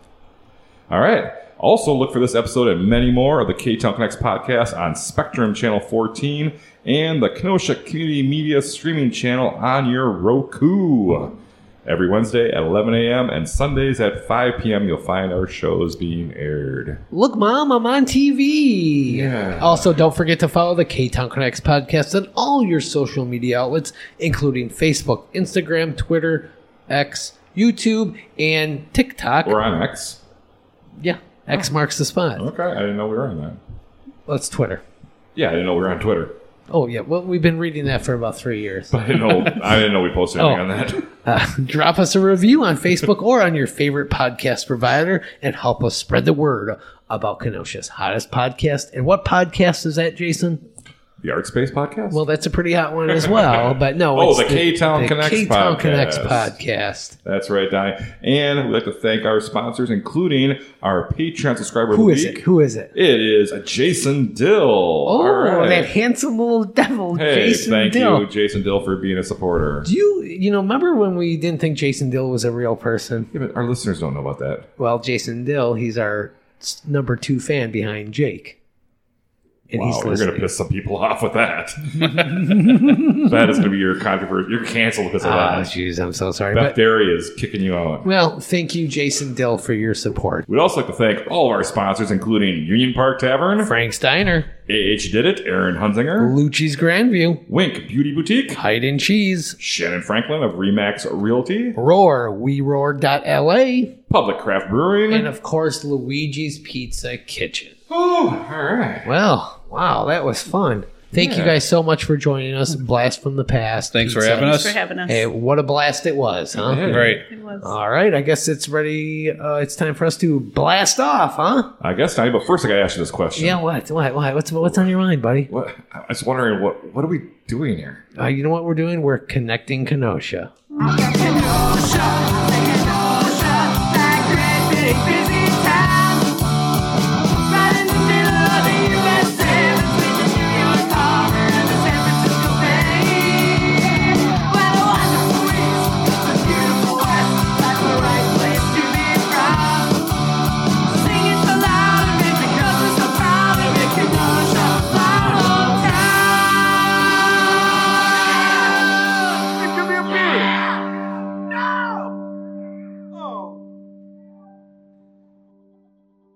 B: All right. Also, look for this episode and many more of the K Town Connects podcast on Spectrum Channel 14 and the Kenosha Community Media streaming channel on your Roku. Every Wednesday at 11 a.m. and Sundays at 5 p.m., you'll find our shows being aired.
A: Look, Mom, I'm on TV.
B: Yeah.
A: Also, don't forget to follow the K Town Connects podcast on all your social media outlets, including Facebook, Instagram, Twitter, X, YouTube, and TikTok.
B: We're on X.
A: Yeah, X marks the spot.
B: Okay. I didn't know we were on that.
A: That's Twitter.
B: Yeah, I didn't know we were on Twitter.
A: Oh yeah, well we've been reading that for about three years.
B: I didn't know. I didn't know we posted anything
A: Oh.
B: on that.
A: Uh, drop us a review on Facebook or on your favorite podcast provider, and help us spread the word about Kenosha's hottest podcast. And what podcast is that, Jason?
B: The Art Space Podcast.
A: Well, that's a pretty hot one as well. But no,
B: Oh,
A: it's
B: the K-Town
A: the
B: Connects
A: K-Town
B: podcast.
A: Connects podcast.
B: that's right, Donnie. And we'd like to thank our sponsors, including our Patreon subscriber.
A: Who
B: of the
A: is
B: week.
A: it? Who is it?
B: It is Jason Dill.
A: Oh,
B: All right.
A: that handsome little devil,
B: Hey,
A: Jason
B: thank
A: Dill.
B: you, Jason Dill, for being a supporter.
A: Do you you know remember when we didn't think Jason Dill was a real person?
B: Yeah, but our listeners don't know about that.
A: Well, Jason Dill, he's our s- number two fan behind Jake. and
B: Wow,
A: he's
B: you're
A: listening.
B: going to piss some people off with that. that is going to be your controversy. You're canceled because of
A: Ah,
B: that.
A: jeez, I'm so sorry.
B: Beth
A: But,
B: Derry is kicking you out.
A: well, thank you, Jason Dill, for your support.
B: We'd also like to thank all of our sponsors, including Union Park Tavern,
A: Frank Steiner,
B: AH Did It, Aaron Hunzinger,
A: Lucci's Grandview,
B: Wink Beauty Boutique,
A: Hide and Cheese,
B: Shannon Franklin of Remax Realty,
A: Roar, WeRoar.la,
B: Public Craft Brewing.
A: and of course, Luigi's Pizza Kitchen.
B: oh, all right.
A: Well, wow, that was fun. Thank you guys so much for joining us. Blast from the past.
D: Thanks for
A: Pizza.
D: having us.
C: for having us.
A: Hey, what a blast it was, huh?
B: Yeah.
D: Right.
C: It was.
A: All right, I guess it's ready. Uh, it's time for us to blast off, huh?
B: I guess not. But first, I got to ask you this question.
A: Yeah. What? What? What? What's what's on your mind, buddy?
B: What? I was wondering what what are we doing here?
A: Uh, you know what we're doing? We're connecting Kenosha.
F: Kenosha,